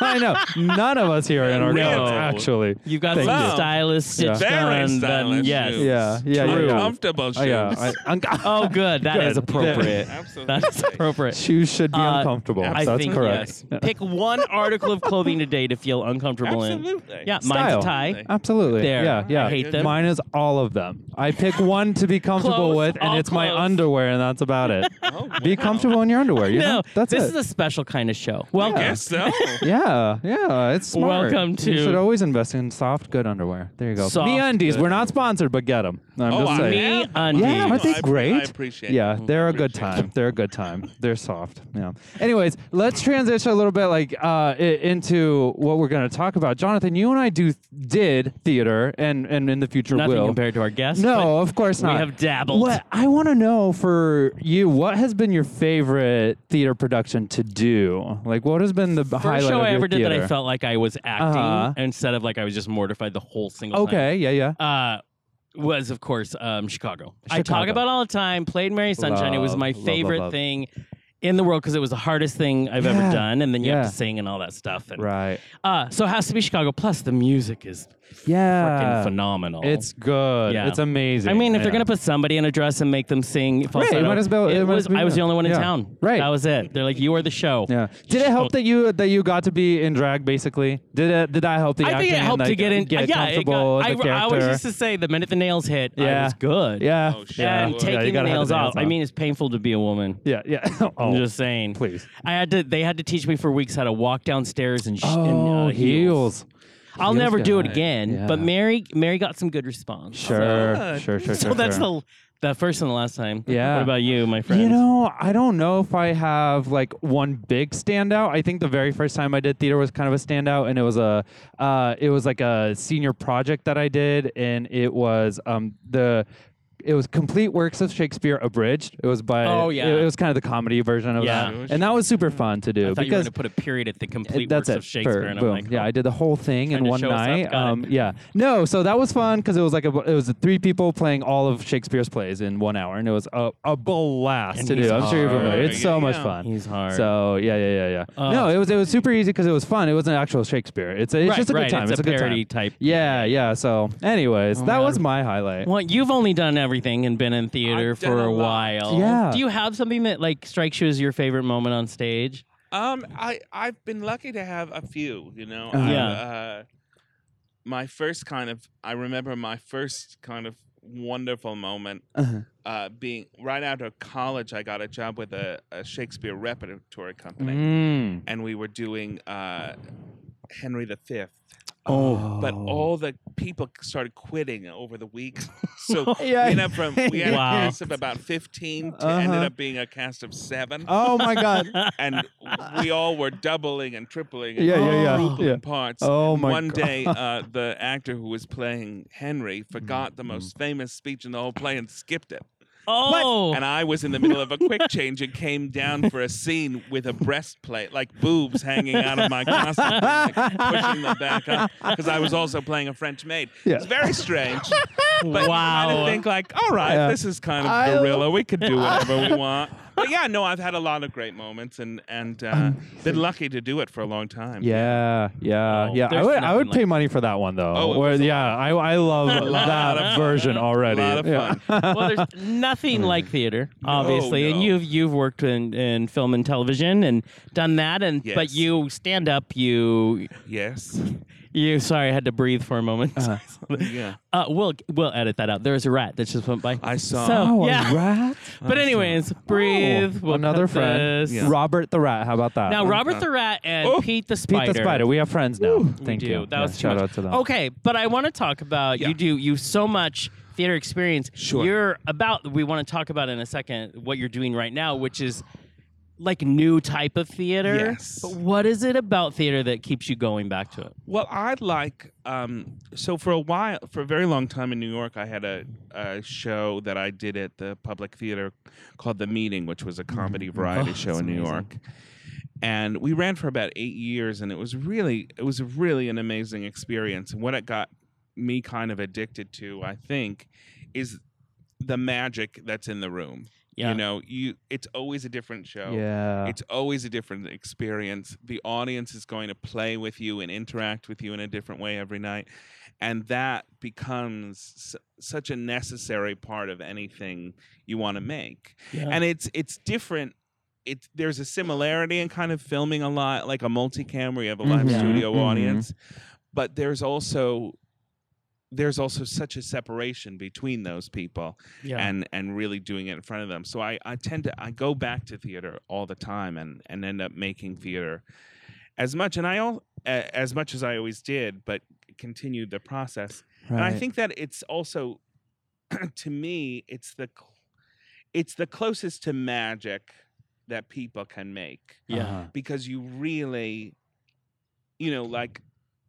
Speaker 6: I know. None of us here are in
Speaker 5: (laughs)
Speaker 6: our
Speaker 5: No.
Speaker 6: Crocs, actually.
Speaker 4: You've got
Speaker 6: Thank
Speaker 4: some
Speaker 5: you.
Speaker 4: stylist
Speaker 6: Yeah.
Speaker 4: stitched
Speaker 5: Very
Speaker 4: on. the-
Speaker 5: stylish
Speaker 4: yes.
Speaker 5: shoes.
Speaker 6: Yeah. Yeah. yeah, yeah.
Speaker 5: Uncomfortable shoes.
Speaker 6: Oh, yeah. (laughs) I, unco-
Speaker 4: Oh, good. That is
Speaker 6: Good.
Speaker 4: appropriate.
Speaker 5: Absolutely.
Speaker 6: (laughs)
Speaker 4: That's appropriate.
Speaker 6: Shoes should be
Speaker 4: Uh,
Speaker 6: uncomfortable.
Speaker 4: I
Speaker 6: That's
Speaker 4: think
Speaker 6: correct.
Speaker 4: yes. Pick one article of clothing today to feel uncomfortable
Speaker 5: Absolutely.
Speaker 4: in. Yeah,
Speaker 6: Style.
Speaker 4: mine's a tie.
Speaker 6: Absolutely.
Speaker 4: There.
Speaker 6: Yeah. Yeah.
Speaker 4: I hate them.
Speaker 6: Mine is all of them. I pick one to be comfortable
Speaker 4: Clothes,
Speaker 6: with, and
Speaker 4: all
Speaker 6: it's my
Speaker 4: clothes.
Speaker 6: underwear, and that's about it.
Speaker 5: Oh,
Speaker 6: Be comfortable in your underwear. You
Speaker 4: (laughs)
Speaker 6: know?
Speaker 4: No,
Speaker 6: That's
Speaker 4: this
Speaker 6: it.
Speaker 4: is a special kind of show. Welcome.
Speaker 5: Guess so.
Speaker 6: (laughs) yeah, yeah, it's smart.
Speaker 4: Welcome to-
Speaker 6: You should always invest in soft, good underwear. There you go.
Speaker 4: Soft,
Speaker 6: Me undies.
Speaker 4: good.
Speaker 6: We're not sponsored, but get them. I'm
Speaker 5: Oh,
Speaker 6: just
Speaker 5: I
Speaker 6: saying.
Speaker 4: Me
Speaker 5: Yeah.
Speaker 4: undies.
Speaker 6: Yeah, aren't
Speaker 5: I-
Speaker 6: they
Speaker 5: I
Speaker 6: great?
Speaker 5: appreciate
Speaker 6: Yeah,
Speaker 5: it.
Speaker 6: they're a
Speaker 5: Appreciate
Speaker 6: good time. They're a good time. They're soft. Yeah. Anyways, let's transition a little bit like uh, i- into what we're going to talk about. Jonathan, you and I do did theater, and and in the future
Speaker 4: Nothing
Speaker 6: will.
Speaker 4: compared to our guests.
Speaker 6: no, of course
Speaker 4: we
Speaker 6: not.
Speaker 4: have dabbled.
Speaker 6: What I want to know for you, what has been your favorite theater production to do? Like, what has been the
Speaker 4: First
Speaker 6: highlight
Speaker 4: show
Speaker 6: of
Speaker 4: I
Speaker 6: your
Speaker 4: ever did that I
Speaker 6: theater?
Speaker 4: felt like I was acting
Speaker 6: Uh-huh.
Speaker 4: instead of like I was just mortified the whole single time.
Speaker 6: Okay, yeah, yeah.
Speaker 4: uh, was of course um, Chicago. I talk
Speaker 6: Chicago.
Speaker 4: about it all the time. Played Mary Sunshine. it was
Speaker 6: Love,
Speaker 4: my
Speaker 6: love, love,
Speaker 4: favorite
Speaker 6: love.
Speaker 4: thing in the world because it was the hardest thing I've
Speaker 6: Yeah,
Speaker 4: ever done. And then you
Speaker 6: yeah.
Speaker 4: have to sing and all that stuff. And,
Speaker 6: Right.
Speaker 4: uh, so it has to be Chicago. Plus the music is
Speaker 6: Yeah.
Speaker 4: freaking phenomenal.
Speaker 6: Ah, It's good.
Speaker 4: Yeah.
Speaker 6: It's amazing.
Speaker 4: I mean, if
Speaker 6: Yeah.
Speaker 4: they're gonna put somebody in a dress and make them sing falsetto,
Speaker 6: might as well- it might
Speaker 4: was,
Speaker 6: as well
Speaker 4: I was
Speaker 6: be
Speaker 4: the
Speaker 6: that.
Speaker 4: only one in
Speaker 6: Yeah.
Speaker 4: town.
Speaker 6: Right.
Speaker 4: That was it. They're like, you are the show.
Speaker 6: Yeah. Did it help that you that you got to be in drag? Basically, did it did that help the
Speaker 4: I
Speaker 6: acting
Speaker 4: think it
Speaker 6: and,
Speaker 4: helped to
Speaker 6: like,
Speaker 4: get in. uh,
Speaker 6: get
Speaker 4: yeah, it
Speaker 6: comfortable
Speaker 4: got, I,
Speaker 6: with the
Speaker 4: I always
Speaker 6: character?
Speaker 4: used to say the minute the nails hit, I
Speaker 6: Yeah.
Speaker 4: was good.
Speaker 6: yeah.
Speaker 5: Oh, shit.
Speaker 6: yeah.
Speaker 4: And
Speaker 5: Yeah,
Speaker 4: taking
Speaker 6: you
Speaker 4: the
Speaker 6: gotta have
Speaker 4: nails
Speaker 6: the
Speaker 4: off.
Speaker 6: nails
Speaker 4: I
Speaker 6: off.
Speaker 4: mean, it's painful to be a woman.
Speaker 6: Yeah. (laughs) Yeah. oh.
Speaker 4: I'm just saying.
Speaker 6: please.
Speaker 4: I had to. They had to teach me for weeks how to walk downstairs and sh-
Speaker 6: oh,
Speaker 4: in, uh, heels.
Speaker 6: heels.
Speaker 4: I'll
Speaker 6: Heels
Speaker 4: never do it
Speaker 6: guy.
Speaker 4: again.
Speaker 6: Yeah.
Speaker 4: But Mary, Mary got some good response.
Speaker 6: Sure.
Speaker 5: Good.
Speaker 6: Sure. Sure.
Speaker 4: (laughs) So, so
Speaker 6: sure,
Speaker 4: that's
Speaker 6: sure.
Speaker 4: the the first and the last time.
Speaker 6: Yeah.
Speaker 4: What about you, my friend?
Speaker 6: You know, I don't know if I have like one big standout. I think the very first time I did theater was kind of a standout, and it was a, uh, it was like a senior project that I did, and it was um the. It was complete works of Shakespeare abridged. It was by
Speaker 4: Oh, yeah.
Speaker 6: It, it was kind of the comedy version of
Speaker 4: Yeah.
Speaker 6: that, and that was super fun to
Speaker 4: I
Speaker 6: do
Speaker 4: thought you were
Speaker 6: because
Speaker 4: going to put a period at the complete
Speaker 6: that's
Speaker 4: works
Speaker 6: it.
Speaker 4: of Shakespeare,
Speaker 6: for-
Speaker 4: and I'm
Speaker 6: boom.
Speaker 4: like,
Speaker 6: yeah,
Speaker 4: oh.
Speaker 6: I did the whole thing
Speaker 4: Trying
Speaker 6: in
Speaker 4: to
Speaker 6: one
Speaker 4: show us up.
Speaker 6: night.
Speaker 4: Got it.
Speaker 6: Um, yeah, no, so that was fun because it was like a, it was three people playing all of Shakespeare's plays in one hour, and it was a, a blast
Speaker 4: And
Speaker 6: to
Speaker 4: he's
Speaker 6: do. I'm sure you're familiar.
Speaker 5: hard.
Speaker 6: It's so
Speaker 5: Yeah,
Speaker 6: much
Speaker 5: yeah.
Speaker 6: fun.
Speaker 4: "Oh, He's hard.
Speaker 6: So yeah, yeah, yeah, yeah.
Speaker 4: Oh.
Speaker 6: no, it was it was super easy because it was fun. It wasn't actual Shakespeare. It's it's
Speaker 4: Right,
Speaker 6: just a
Speaker 4: right,
Speaker 6: good time.
Speaker 4: it's
Speaker 6: It's,
Speaker 4: a
Speaker 6: a, good
Speaker 4: parody
Speaker 6: time.
Speaker 4: type.
Speaker 6: Yeah, yeah. So, anyways, that
Speaker 4: man.
Speaker 6: was my highlight.
Speaker 4: Well, you've only done everything and been in theater
Speaker 5: I've done
Speaker 4: for
Speaker 5: a
Speaker 4: a
Speaker 5: lot.
Speaker 4: while.
Speaker 6: Yeah.
Speaker 4: Do you have something that like strikes you as your favorite moment on stage?
Speaker 5: Um, I I've been lucky to have a few. You know,
Speaker 6: Uh-huh.
Speaker 5: I,
Speaker 4: Yeah.
Speaker 5: uh, my first kind of I remember my first kind of wonderful moment
Speaker 6: Uh-huh.
Speaker 5: uh, being right out of college. I got a job with a, a Shakespeare repertory company,
Speaker 6: Mm.
Speaker 5: and we were doing uh, Henry V.
Speaker 6: Oh,
Speaker 5: But all the people started quitting over the week,
Speaker 6: (laughs)
Speaker 5: so
Speaker 6: Yeah.
Speaker 5: we ended up
Speaker 6: (laughs)
Speaker 5: from we had
Speaker 4: Wow.
Speaker 5: a cast of about fifteen to ended
Speaker 6: Uh-huh.
Speaker 5: up being a cast of seven
Speaker 6: Oh
Speaker 4: (laughs)
Speaker 6: my God.
Speaker 5: and we all were doubling and tripling and
Speaker 6: Yeah, yeah, yeah,
Speaker 5: quadrupling
Speaker 6: yeah.
Speaker 5: parts.
Speaker 6: Oh
Speaker 5: And
Speaker 6: my
Speaker 5: One
Speaker 6: God. (laughs)
Speaker 5: day, uh, the actor who was playing Henry forgot
Speaker 6: Mm-hmm.
Speaker 5: the most famous speech in the whole play and skipped it.
Speaker 4: Oh,
Speaker 5: And I was in the middle of a quick change and came down for a scene with a breastplate, like boobs hanging out of my costume, like pushing them back up, because I was also playing a French maid.
Speaker 6: Yeah.
Speaker 5: It's very strange. But you kind
Speaker 4: Wow.
Speaker 5: of think like, all right,
Speaker 6: Yeah.
Speaker 5: this is kind
Speaker 6: I-
Speaker 5: of guerrilla. We
Speaker 6: (laughs)
Speaker 5: could do whatever we want. But yeah, no, I've had a lot of great moments and and uh, been lucky to do it for a long time.
Speaker 6: Yeah, yeah,
Speaker 4: Oh,
Speaker 6: yeah. I
Speaker 4: there's
Speaker 6: would, I would
Speaker 4: nothing
Speaker 6: pay money for that one though.
Speaker 5: Oh, it
Speaker 6: Or-
Speaker 5: was a
Speaker 6: yeah, I, I
Speaker 4: (laughs)
Speaker 6: love
Speaker 5: lot
Speaker 6: that
Speaker 5: of-
Speaker 6: version
Speaker 5: a
Speaker 6: already.
Speaker 5: lot of
Speaker 6: Yeah.
Speaker 5: fun.
Speaker 4: well, there's (laughs)
Speaker 6: Hmm.
Speaker 4: nothing like theater, obviously, and
Speaker 5: no.
Speaker 4: you've you've worked in, in film and television and done that, and but
Speaker 5: Yes.
Speaker 4: you stand up, you
Speaker 5: Yes,
Speaker 4: You sorry, I had to breathe for a moment.
Speaker 6: Uh-huh.
Speaker 4: (laughs)
Speaker 5: Yeah.
Speaker 4: Uh, we'll we'll edit that out. There's a rat that just went by.
Speaker 5: I saw.
Speaker 4: So,
Speaker 6: (laughs) Oh,
Speaker 4: yeah.
Speaker 6: a rat.
Speaker 4: But anyways, breathe.
Speaker 6: Oh,
Speaker 4: we'll
Speaker 6: another
Speaker 4: cut
Speaker 6: friend.
Speaker 4: this.
Speaker 6: Robert the Rat. How about that?
Speaker 4: Now Robert the rat and
Speaker 5: Oh,
Speaker 4: Pete the spider.
Speaker 6: Pete the Spider. We have friends now. Thank
Speaker 4: do.
Speaker 6: you.
Speaker 4: That
Speaker 6: Yeah,
Speaker 4: was too
Speaker 6: shout
Speaker 4: much.
Speaker 6: out to them.
Speaker 4: Okay, but I want to talk about
Speaker 5: Yeah.
Speaker 4: you do you have so much theater experience.
Speaker 5: Sure.
Speaker 4: You're about we want to talk about in a second what you're doing right now, which is like new type of theater.
Speaker 5: Yes.
Speaker 4: But what is it about theater that keeps you going back to it?
Speaker 5: Well, I like um, so for a while, for a very long time in New York, I had a, a show that I did at the Public Theater called The Meeting, which was a comedy variety
Speaker 4: Oh,
Speaker 5: show
Speaker 4: that's
Speaker 5: in New
Speaker 4: amazing.
Speaker 5: York, and we ran for about eight years, and it was really it was really an amazing experience. And what it got me kind of addicted to, I think, is the magic that's in the room.
Speaker 4: Yeah.
Speaker 5: You know, you it's always a different show.
Speaker 6: Yeah.
Speaker 5: It's always a different experience. The audience is going to play with you and interact with you in a different way every night. And that becomes s- such a necessary part of anything you want to make.
Speaker 4: Yeah.
Speaker 5: And it's it's different. It's there's a similarity in kind of filming a lot, like a multi-camera, you have a live
Speaker 4: Mm-hmm.
Speaker 6: Mhm.
Speaker 5: studio
Speaker 6: Mhm.
Speaker 5: audience. But there's also there's also such a separation between those people
Speaker 4: Yeah.
Speaker 5: and and really doing it in front of them. So I, I tend to I go back to theater all the time and and end up making theater as much and I all as much as I always did, but continued the process. And I
Speaker 6: Right.
Speaker 5: think that it's also (clears throat) to me it's the cl- it's the closest to magic that people can make
Speaker 4: yeah.
Speaker 6: Uh-huh.
Speaker 5: because you really you know like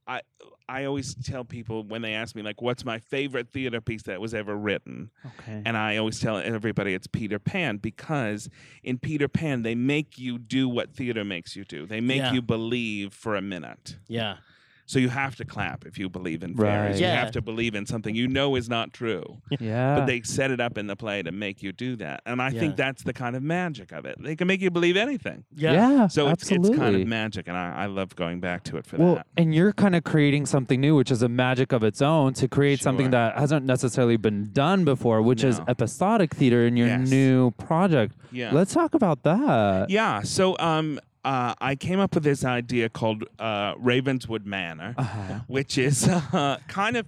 Speaker 5: i i always tell people when they ask me like what's my favorite theater piece that was ever written
Speaker 6: Okay.
Speaker 5: and i always tell everybody it's peter pan because in peter pan they make you do what theater makes you do they make
Speaker 4: Yeah.
Speaker 5: you believe for a minute
Speaker 4: Yeah.
Speaker 5: so you have to clap if you believe in
Speaker 6: Right.
Speaker 5: fairies you
Speaker 4: Yeah.
Speaker 5: have to believe in something you know is not true
Speaker 6: Yeah.
Speaker 5: but they set it up in the play to make you do that and i
Speaker 4: Yeah.
Speaker 5: think that's the kind of magic of it they can make you believe anything
Speaker 4: Yeah.
Speaker 5: so it's,
Speaker 6: absolutely.
Speaker 5: it's kind of magic, and I, I love going back to it for
Speaker 6: well,
Speaker 5: that.
Speaker 6: and you're kind of creating something new, which is a magic of its own, to create something
Speaker 5: Sure.
Speaker 6: that hasn't necessarily been done before, which is
Speaker 5: No.
Speaker 6: episodic theater in your
Speaker 5: Yes.
Speaker 6: new project.
Speaker 5: Yeah.
Speaker 6: Let's talk about that.
Speaker 5: yeah. So um, uh, I came up with this idea called uh, Ravenswood Manor,
Speaker 6: Uh-huh.
Speaker 5: which is (laughs) uh, kind of,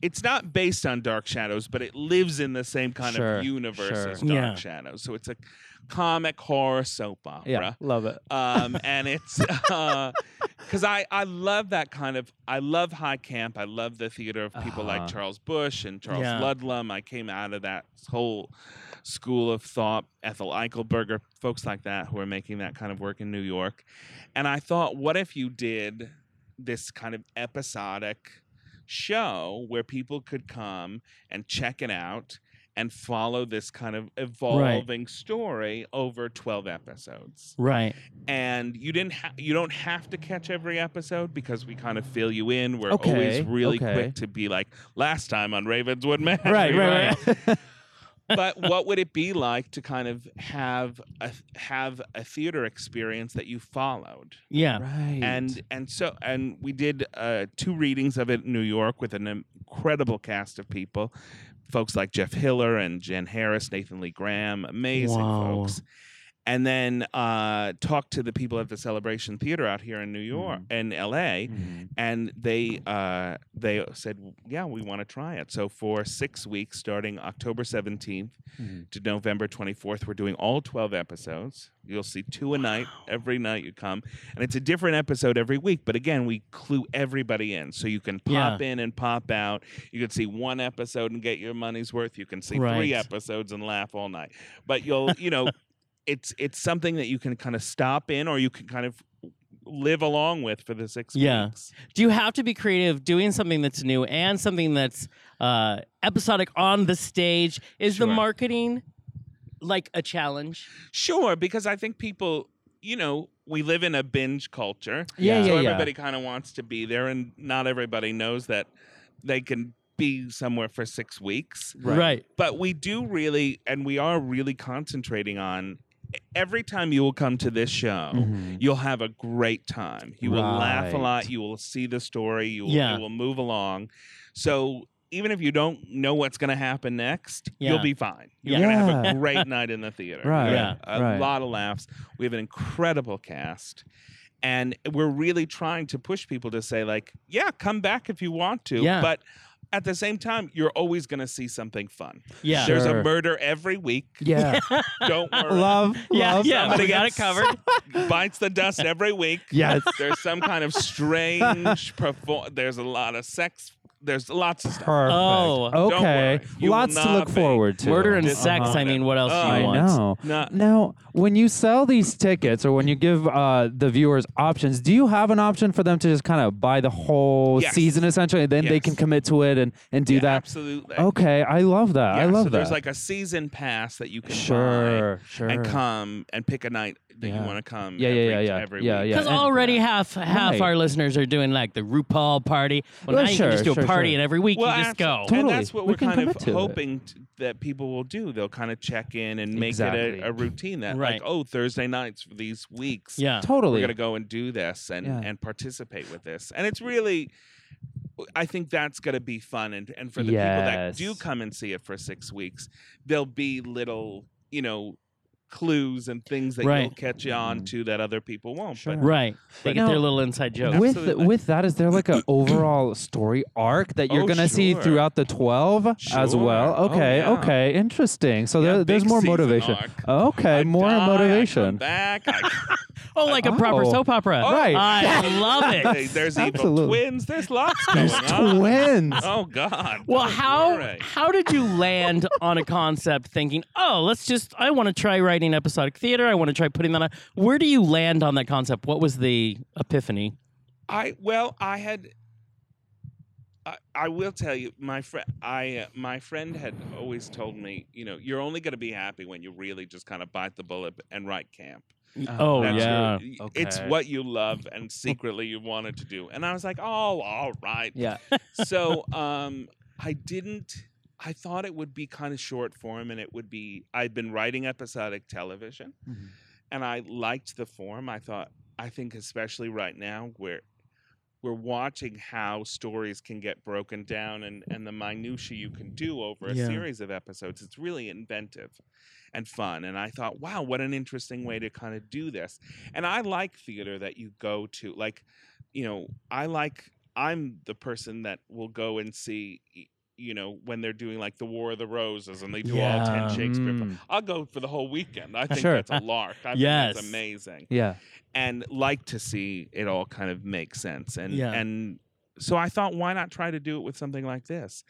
Speaker 5: it's not based on Dark Shadows, but it lives in the same kind
Speaker 6: Sure,
Speaker 5: of universe
Speaker 6: sure.
Speaker 5: as Dark
Speaker 4: Yeah.
Speaker 5: Shadows. So it's a comic horror soap opera.
Speaker 6: Yeah, love it.
Speaker 5: um, and it's because I I love that kind of I love high camp. I love the theater of people
Speaker 6: Uh-huh.
Speaker 5: like Charles Bush and Charles
Speaker 4: Yeah.
Speaker 5: Ludlum. I came out of that whole school of thought. Ethel Eichelberger, folks like that who are making that kind of work in New York. And I thought, what if you did this kind of episodic show where people could come and check it out and follow this kind of evolving story over 12 episodes
Speaker 4: Right.
Speaker 5: and you didn't ha- you don't have to catch every episode because we kind of fill you in. We're
Speaker 6: Okay,
Speaker 5: always really
Speaker 6: okay.
Speaker 5: quick to be like last time on Ravenswood Man.
Speaker 6: Right, right, (laughs) right.
Speaker 5: but what would it be like to kind of have a have a theater experience that you followed?
Speaker 4: (laughs) Yeah.
Speaker 6: right.
Speaker 5: And and so and we did uh, two readings of it in New York with an incredible cast of people, folks like Jeff Hiller and Jen Harris, Nathan Lee Graham, amazing
Speaker 4: Wow.
Speaker 5: folks. And then uh, talked to the people at the Celebration Theater out here in New York in L.A.
Speaker 6: Mhm.
Speaker 5: And they uh, they said, yeah, we want to try it. So for six weeks, starting October seventeenth
Speaker 4: Mm-hmm.
Speaker 6: Mhm.
Speaker 5: to November twenty fourth, we're doing all twelve episodes. You'll see two a night every night you come, and it's a different episode every week. But again, we clue everybody in, so you can pop in and pop out. You can see one episode and get your money's worth. You can see
Speaker 4: Right.
Speaker 5: three episodes and laugh all night.
Speaker 4: (laughs)
Speaker 5: But you'll you know. It's it's something that you can kind of stop in, or you can kind of live along with for the six
Speaker 4: Yeah.
Speaker 5: weeks.
Speaker 4: Do you have to be creative doing something that's new and something that's uh, episodic on the stage? Is the
Speaker 5: Sure.
Speaker 4: marketing like a challenge?
Speaker 5: Sure, because I think people, you know, we live in a binge culture.
Speaker 6: Yeah,
Speaker 5: so
Speaker 6: yeah, yeah.
Speaker 5: everybody kind of wants to be there, and not everybody knows that they can be somewhere for six weeks.
Speaker 6: Right.
Speaker 5: But we do really, and we are really concentrating on e, every time you will come to this show.
Speaker 6: Mhm.
Speaker 5: You'll have a great time. You will laugh a
Speaker 6: Right.
Speaker 5: lot. You will see the story. You will,
Speaker 4: Yeah.
Speaker 5: you will move along. So even if you don't know what's going to happen next,
Speaker 4: Yeah.
Speaker 5: you'll be fine. You're
Speaker 4: Yeah.
Speaker 5: going to have
Speaker 6: Yeah.
Speaker 5: a
Speaker 6: (laughs)
Speaker 5: great night in the theater.
Speaker 6: Right,
Speaker 5: You're gonna
Speaker 6: Yeah.
Speaker 5: have A
Speaker 6: right.
Speaker 5: lot of laughs. We have an incredible cast. and we're really trying to push people to say like yeah come back if you want to
Speaker 4: Yeah.
Speaker 5: but at the same time you're always going to see something fun
Speaker 4: Yeah.
Speaker 5: there's
Speaker 6: Sure.
Speaker 5: a murder every week (laughs)
Speaker 6: Yeah. (laughs)
Speaker 5: don't worry
Speaker 6: love.
Speaker 4: Yeah,
Speaker 6: love.
Speaker 4: yeah,
Speaker 5: somebody
Speaker 4: we got it
Speaker 5: gets-
Speaker 4: covered.
Speaker 5: (laughs) bites the dust every week
Speaker 6: Yes.
Speaker 5: there's some kind of
Speaker 6: (laughs)
Speaker 5: strange perform there's a lot of sex there's lots of stuff
Speaker 6: Perfect.
Speaker 4: Oh.
Speaker 5: Don't
Speaker 6: okay.
Speaker 5: worry. You will
Speaker 6: Lots to
Speaker 5: not
Speaker 6: look
Speaker 5: be
Speaker 6: forward to.
Speaker 4: Murder and
Speaker 5: Did-
Speaker 4: sex.
Speaker 5: Uh-huh.
Speaker 4: I mean, what else do
Speaker 5: Oh,
Speaker 4: you
Speaker 6: I
Speaker 4: want?
Speaker 6: know.
Speaker 5: No.
Speaker 6: Now, when you sell these tickets or when you give uh, the viewers options, do you have an option for them to just kind of buy the whole
Speaker 5: Yes.
Speaker 6: season essentially, and then they
Speaker 5: Yes.
Speaker 6: can commit to it and, and do
Speaker 5: Yeah,
Speaker 6: that?
Speaker 5: absolutely
Speaker 6: Okay, I love that.
Speaker 5: Yeah,
Speaker 6: I love
Speaker 5: so
Speaker 6: that.
Speaker 5: there's like a season pass that you can buy
Speaker 6: sure, sure.
Speaker 5: and come and pick a night that
Speaker 6: Yeah.
Speaker 5: you want to come.
Speaker 6: Yeah, yeah,
Speaker 5: every,
Speaker 6: yeah, yeah.
Speaker 5: every
Speaker 6: Yeah,
Speaker 5: week.
Speaker 6: yeah.
Speaker 4: Because
Speaker 6: and-
Speaker 4: already half half
Speaker 6: Right.
Speaker 4: our listeners are doing like the RuPaul party. Well,
Speaker 6: Well,
Speaker 4: now you
Speaker 6: sure,
Speaker 4: can just do
Speaker 6: sure,
Speaker 4: a party,
Speaker 6: sure.
Speaker 4: and every week
Speaker 5: Well,
Speaker 4: you just go.
Speaker 5: abso- And
Speaker 6: Totally.
Speaker 5: that's what
Speaker 6: We
Speaker 5: we're
Speaker 6: can
Speaker 5: kind
Speaker 6: commit
Speaker 5: of
Speaker 6: to it.
Speaker 5: hoping t- that people will do. They'll kind of check in and make
Speaker 6: Exactly.
Speaker 5: it a, a routine that,
Speaker 4: Right.
Speaker 5: like, oh, Thursday nights for these weeks,
Speaker 4: Yeah.
Speaker 5: we're
Speaker 6: totally.
Speaker 5: going to go and do this and,
Speaker 6: Yeah.
Speaker 5: and participate with this. And it's really, I think that's going to be fun. And, and for the
Speaker 6: Yes.
Speaker 5: people that do come and see it for six weeks, there'll be little, you know, clues and things that you'll
Speaker 4: Right.
Speaker 5: catch on
Speaker 6: Mhm.
Speaker 5: to that other people won't.
Speaker 6: Sure.
Speaker 5: But
Speaker 4: Right. They
Speaker 6: But
Speaker 4: get
Speaker 6: now-
Speaker 4: their little inside joke.
Speaker 6: with
Speaker 5: Absolutely.
Speaker 6: with that, is there
Speaker 5: (clears throat)
Speaker 6: like an overall story arc that you're
Speaker 5: Oh,
Speaker 6: gonna see
Speaker 5: sure.
Speaker 6: throughout the twelve as well?
Speaker 5: Sure. Oh,
Speaker 6: Okay,
Speaker 5: yeah.
Speaker 6: okay, interesting. So
Speaker 5: Yeah,
Speaker 6: there, there's
Speaker 5: big
Speaker 6: more
Speaker 5: season
Speaker 6: motivation.
Speaker 5: arc.
Speaker 6: Okay,
Speaker 5: I
Speaker 6: more
Speaker 5: die, I come
Speaker 6: motivation.
Speaker 5: back.
Speaker 6: (laughs)
Speaker 5: I-
Speaker 4: Oh, like a proper
Speaker 6: Oh.
Speaker 4: soap opera.
Speaker 5: Oh,
Speaker 6: Right.
Speaker 4: I
Speaker 6: (laughs)
Speaker 4: love it.
Speaker 5: there's
Speaker 6: Absolutely.
Speaker 5: evil twins. There's lots going
Speaker 6: There's
Speaker 5: on.
Speaker 6: twins.
Speaker 5: Oh God.
Speaker 4: Well,
Speaker 5: Don't
Speaker 4: how
Speaker 5: worry.
Speaker 4: how did you land on a concept thinking, oh, let's just I want to try writing episodic theater. I want to try putting that on. Where do you land on that concept? What was the epiphany?
Speaker 5: I well, I had. I, I will tell you, my friend. I uh, my friend had always told me, you know, you're only going to be happy when you really just kind of bite the bullet and write camp.
Speaker 4: Oh,
Speaker 5: That's
Speaker 4: yeah. Oh.
Speaker 5: your- it's
Speaker 6: Okay.
Speaker 5: what you love and secretly you wanted to do. And I was like, oh, all right.
Speaker 6: Yeah.
Speaker 5: so um i didn't i thought it would be kind of short form and it would be i'd been writing episodic television
Speaker 6: Mhm.
Speaker 5: and i liked the form i thought i think especially right now where we're watching how stories can get broken down and, and the minutiae you can do over a
Speaker 4: Yeah.
Speaker 5: series of episodes. It's really inventive and fun. And I thought, wow, what an interesting way to kind of do this. And I like theater that you go to. Like, you know, I like, I'm the person that will go and see, y- you know, when they're doing like the War of the Roses and they do all 10
Speaker 4: Yeah.
Speaker 5: Shakespeare. pla-
Speaker 6: Mm.
Speaker 5: I'll go for the whole weekend. I think
Speaker 6: Sure.
Speaker 5: that's a lark. I think
Speaker 4: Yes.
Speaker 5: that's amazing
Speaker 6: Yeah.
Speaker 5: and like to see it all kind of make sense and
Speaker 4: Yeah.
Speaker 5: and so I thought why not try to do it with something like this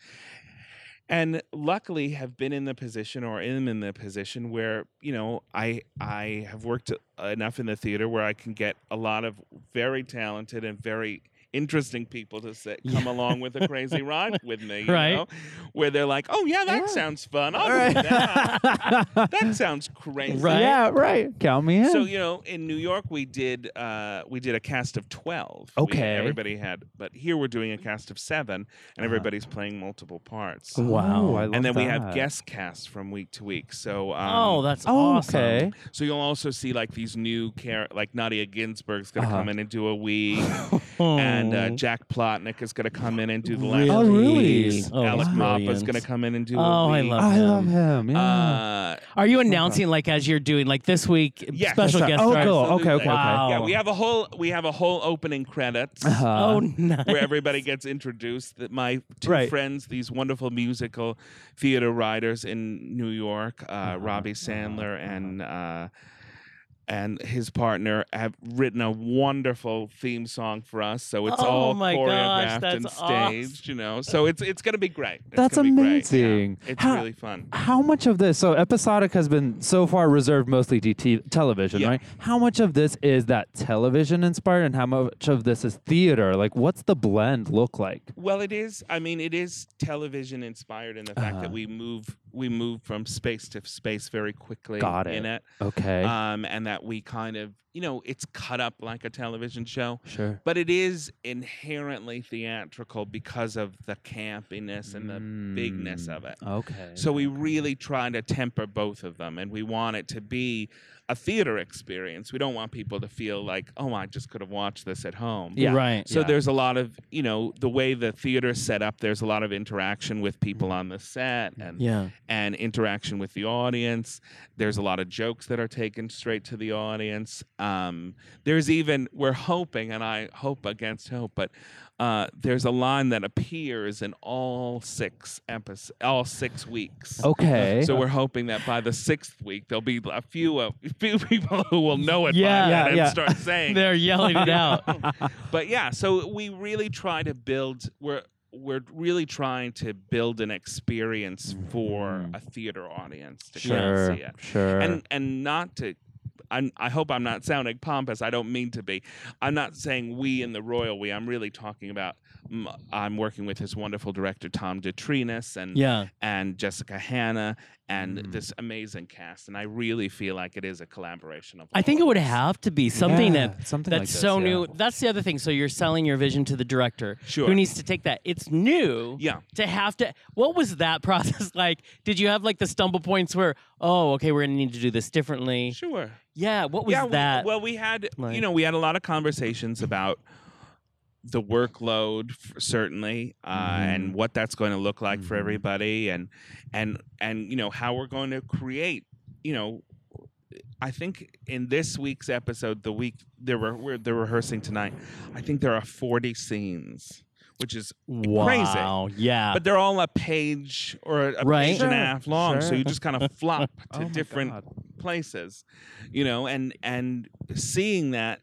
Speaker 5: and luckily have been in the position or am in the position where you know I I have worked enough in the theater where I can get a lot of very talented and very interesting people to sit, come along with
Speaker 4: (laughs)
Speaker 5: a crazy ride with me you
Speaker 4: Right.
Speaker 5: know, where they're like oh yeah that sounds fun I'll do
Speaker 4: (laughs)
Speaker 5: that. that sounds crazy
Speaker 4: Right.
Speaker 6: Yeah. Right. Count me in.
Speaker 5: so you know, in New York, we did uh, we did a cast of twelve. We-
Speaker 6: Okay.
Speaker 5: everybody had, but here we're doing a cast of seven, and everybody's playing multiple parts.
Speaker 4: Wow.
Speaker 6: Oh, I love
Speaker 5: And then we
Speaker 6: that.
Speaker 5: have guest casts from week to week. So um,
Speaker 4: (laughs) oh, that's
Speaker 6: Oh,
Speaker 4: awesome.
Speaker 6: okay.
Speaker 5: so you'll also see like these new care like Nadia Ginsburg's gonna
Speaker 6: Uh-huh.
Speaker 5: come in and do a week, and uh, Jack Plotnick is gonna come in and do the last.
Speaker 6: Oh, really?
Speaker 5: piece.
Speaker 4: Oh,
Speaker 5: Alec
Speaker 4: that's
Speaker 5: Mappa's
Speaker 4: brilliant.
Speaker 5: gonna come in and do. a
Speaker 4: Oh, I
Speaker 5: week.
Speaker 4: love
Speaker 6: I
Speaker 4: him.
Speaker 6: love him. Yeah.
Speaker 5: Uh,
Speaker 4: Are you announcing like as you're doing like this week
Speaker 5: Yes,
Speaker 4: special
Speaker 6: that's right.
Speaker 4: guest
Speaker 6: Oh,
Speaker 4: stars?
Speaker 6: cool. Okay,
Speaker 5: absolutely.
Speaker 6: okay, okay.
Speaker 4: Wow.
Speaker 5: Yeah, we have a whole we have a whole opening credits.
Speaker 6: Uh-huh.
Speaker 4: (laughs) Oh, nice.
Speaker 5: where everybody gets introduced. That my two
Speaker 6: Right.
Speaker 5: friends, these wonderful musical theater writers in New York, uh,
Speaker 6: Uh-huh.
Speaker 5: Robbie Sandler and uh, and his partner, have written a wonderful theme song for us. So it's
Speaker 4: Oh
Speaker 5: all
Speaker 4: my gosh,
Speaker 5: choreographed and
Speaker 4: that's awesome.
Speaker 5: staged, you know. So it's it's gonna be great. It's
Speaker 6: That's
Speaker 5: gonna be great, yeah.
Speaker 6: amazing.
Speaker 5: It's
Speaker 6: How-
Speaker 5: really fun.
Speaker 6: How much of this? So episodic has been so far reserved mostly to t- television,
Speaker 5: Yeah.
Speaker 6: right? How much of this is that television inspired, and how much of this is theater? Like, what's the blend look like?
Speaker 5: Well, it is. I mean, it is television inspired in the fact
Speaker 6: Uh-huh.
Speaker 5: that we move we move from space to space very quickly.
Speaker 6: Got
Speaker 5: In
Speaker 6: it.
Speaker 5: it.
Speaker 6: Okay,
Speaker 5: um, and that we kind of, you know, it's cut up like a television show,
Speaker 6: sure.
Speaker 5: but it is inherently theatrical because of the campiness and the bigness
Speaker 6: Mm,
Speaker 5: of it.
Speaker 6: Okay.
Speaker 5: So we really try to temper both of them, and we want it to be a theater experience. We don't want people to feel like, oh, I just could have watched this at home.
Speaker 6: Yeah.
Speaker 4: Right.
Speaker 5: So
Speaker 6: Yeah.
Speaker 5: there's a lot of, you know, the way the theater's set up, there's a lot of interaction with people on the set and
Speaker 4: Yeah.
Speaker 5: and interaction with the audience. There's a lot of jokes that are taken straight to the audience. Um, there's even we're hoping, and I hope against hope, but uh, there's a line that appears in all six episodes, all six weeks.
Speaker 6: Okay.
Speaker 5: uh, So we're hoping that by the sixth week there'll be a few a (laughs) few people who will know it
Speaker 4: Yeah,
Speaker 5: by
Speaker 4: yeah,
Speaker 5: then and
Speaker 6: yeah.
Speaker 4: (laughs)
Speaker 5: start saying.
Speaker 4: They're yelling it
Speaker 6: (laughs)
Speaker 4: out.
Speaker 5: But yeah, so we really try to build. We're we're really trying to build an experience for
Speaker 4: Mm-hmm.
Speaker 5: a theater audience to come
Speaker 6: sure.
Speaker 5: and see it,
Speaker 6: Sure.
Speaker 5: and and not to. I'm, I hope I'm not sounding pompous. I don't mean to be. I'm not saying we in the royal we. I'm really talking about. mm, I'm working with this wonderful director Tom Detrinis and
Speaker 4: Yeah. Mm-hmm.
Speaker 5: and Jessica Hanna and
Speaker 6: Mm.
Speaker 5: this amazing cast. And I really feel like it is a collaboration of.
Speaker 4: I think it
Speaker 5: all
Speaker 4: would
Speaker 5: of us.
Speaker 4: have to be something
Speaker 6: Yeah,
Speaker 4: that
Speaker 6: something
Speaker 4: that's
Speaker 6: like this,
Speaker 4: so
Speaker 6: yeah.
Speaker 4: new. That's the other thing. So you're selling your vision to the director,
Speaker 5: Sure.
Speaker 4: who needs to take that. It's new.
Speaker 5: Yeah.
Speaker 4: To have to. What was that (laughs) process like? Did you have like the stumble points where, oh, okay, we're gonna need to do this differently?
Speaker 5: Sure.
Speaker 4: Yeah. What was
Speaker 5: yeah. we-
Speaker 4: that?
Speaker 5: well, we had
Speaker 4: like?
Speaker 5: you know we had a lot of conversations about the workload f- certainly uh,
Speaker 4: Mm-hmm.
Speaker 5: and what that's going to look like for
Speaker 6: Mhm.
Speaker 5: everybody and and and you know how we're going to create you know i think in this week's episode the week they were we're, they're rehearsing tonight i think there are 40 scenes which is crazy.
Speaker 6: Oh,
Speaker 4: wow. Yeah.
Speaker 5: but they're all a page or a,
Speaker 4: Ah.
Speaker 5: a
Speaker 4: Right.
Speaker 5: page and a
Speaker 6: Sure,
Speaker 5: half long so
Speaker 6: sure.
Speaker 5: you just kind
Speaker 4: (laughs)
Speaker 5: of flop
Speaker 6: Oh
Speaker 5: to
Speaker 6: my
Speaker 5: different
Speaker 6: God.
Speaker 5: places you know and and seeing that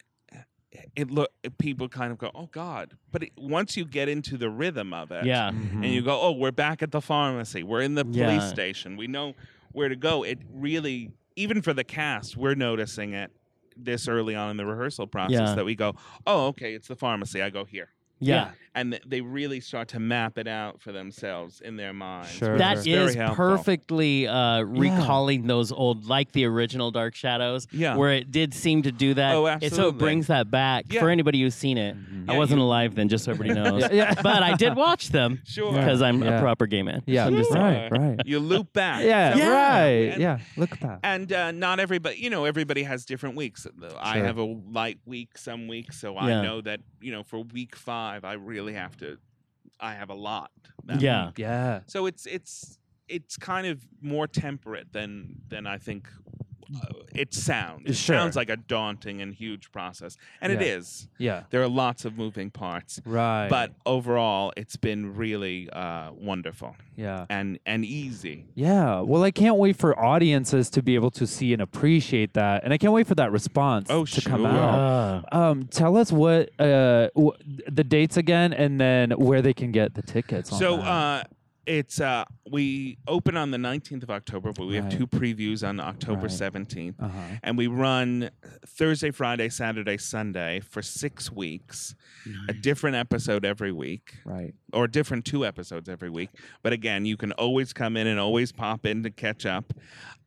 Speaker 5: it look people kind of go oh god but it, once you get into the rhythm of it
Speaker 4: yeah.
Speaker 6: Mm-hmm.
Speaker 5: and you go oh we're back at the pharmacy we're in the police
Speaker 4: Yeah.
Speaker 5: station we know where to go it really even for the cast we're noticing it this early on in the rehearsal process
Speaker 4: Yeah.
Speaker 5: that we go oh okay it's the pharmacy i go here
Speaker 4: Yeah.
Speaker 5: and th- they really start to map it out for themselves in their minds
Speaker 6: Sure.
Speaker 5: which
Speaker 4: That
Speaker 5: is very
Speaker 4: is
Speaker 5: helpful.
Speaker 4: perfectly uh, recalling those old, like the original Dark Shadows,
Speaker 5: yeah
Speaker 4: where it did seem to do that.
Speaker 5: Oh,
Speaker 4: And so it
Speaker 5: absolutely.
Speaker 4: brings that back
Speaker 5: Yeah.
Speaker 4: for anybody who's seen it. I
Speaker 5: Yeah,
Speaker 4: wasn't
Speaker 5: you-
Speaker 4: alive then, just so everybody
Speaker 5: (laughs)
Speaker 4: knows.
Speaker 6: Yeah, yeah.
Speaker 4: But I did watch them
Speaker 5: sure
Speaker 4: because I'm a
Speaker 6: Yeah.
Speaker 4: proper gay man. (laughs)
Speaker 6: yeah.
Speaker 4: I'm just saying.
Speaker 6: right. Right.
Speaker 5: you loop back
Speaker 6: Yeah,
Speaker 5: So-
Speaker 6: right.
Speaker 5: And-
Speaker 6: yeah, look at that.
Speaker 5: and uh, not everybody you know everybody has different weeks i
Speaker 6: Sure.
Speaker 5: have a light week some weeks so
Speaker 4: Yeah.
Speaker 5: i know that you know for week five i really have to i have a lot that
Speaker 4: Yeah.
Speaker 5: week.
Speaker 6: Yeah.
Speaker 5: so it's it's it's kind of more temperate than than i think uh, it sounds it
Speaker 6: Mm. Sure.
Speaker 5: sounds like a daunting and huge process and it
Speaker 6: Yeah.
Speaker 5: is
Speaker 6: Yeah.
Speaker 5: there are lots of moving parts
Speaker 6: Right.
Speaker 5: but overall it's been really uh, wonderful
Speaker 6: yeah.
Speaker 5: and and easy
Speaker 6: Yeah. Well, I can't wait for audiences to be able to see and appreciate that. And I can't wait for that response
Speaker 5: Oh,
Speaker 6: to come
Speaker 5: sure.
Speaker 6: out.
Speaker 4: Ah.
Speaker 6: Um, tell us what uh, wh- the dates again and then where they can get the tickets. on
Speaker 5: So
Speaker 6: that.
Speaker 5: uh, it's uh, we open on the 19th of October, but we
Speaker 6: Right.
Speaker 5: have two previews on October
Speaker 6: Right.
Speaker 5: 17th.
Speaker 6: Uh-huh.
Speaker 5: And we run Thursday, Friday, Saturday, Sunday for six weeks, a different episode every week,
Speaker 6: Right.
Speaker 5: or different two episodes every week. But again, you can always come in and always pop in to catch up.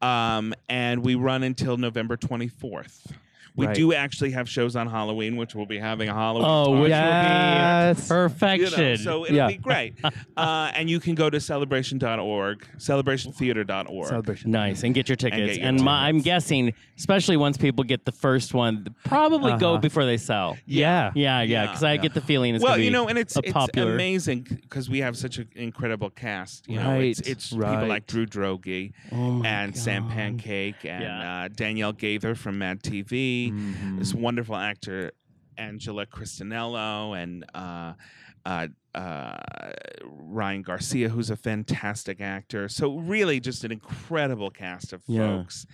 Speaker 5: Um, and we run until November 24th. We
Speaker 6: Right.
Speaker 5: do actually have shows on Halloween, which we'll be having a Halloween.
Speaker 4: Oh,
Speaker 5: party.
Speaker 4: Which will be
Speaker 6: yes.
Speaker 5: You know,
Speaker 4: Perfection.
Speaker 5: so it'll
Speaker 6: Yeah.
Speaker 5: be great. uh, and you can go to celebration.org, celebrationtheater.org.
Speaker 6: Celebration.
Speaker 4: Nice and get your tickets. And,
Speaker 5: get your
Speaker 4: My, I'm guessing, especially once people get the first one, th- probably go
Speaker 6: Uh-huh.
Speaker 4: before they sell.
Speaker 6: Yeah.
Speaker 4: Yeah, yeah,
Speaker 5: Yeah.
Speaker 4: because I get the feeling it's
Speaker 5: well,
Speaker 4: gonna be
Speaker 5: you know, and it's
Speaker 4: a
Speaker 5: it's
Speaker 4: popular.
Speaker 5: amazing because we have such an incredible cast. You know,
Speaker 6: Right,
Speaker 5: it's, it's people
Speaker 6: right.
Speaker 5: like Drew Droege
Speaker 4: Oh
Speaker 5: and Sam
Speaker 4: God.
Speaker 5: Pancake and
Speaker 4: Yeah. Mm-hmm.
Speaker 5: uh, Danielle Gaither from Mad TV. This
Speaker 6: Mhm.
Speaker 5: wonderful actor Angela Cristinello and uh, uh, uh, Ryan Garcia, who's a fantastic actor. So really, just an incredible cast of
Speaker 4: Yeah.
Speaker 5: folks,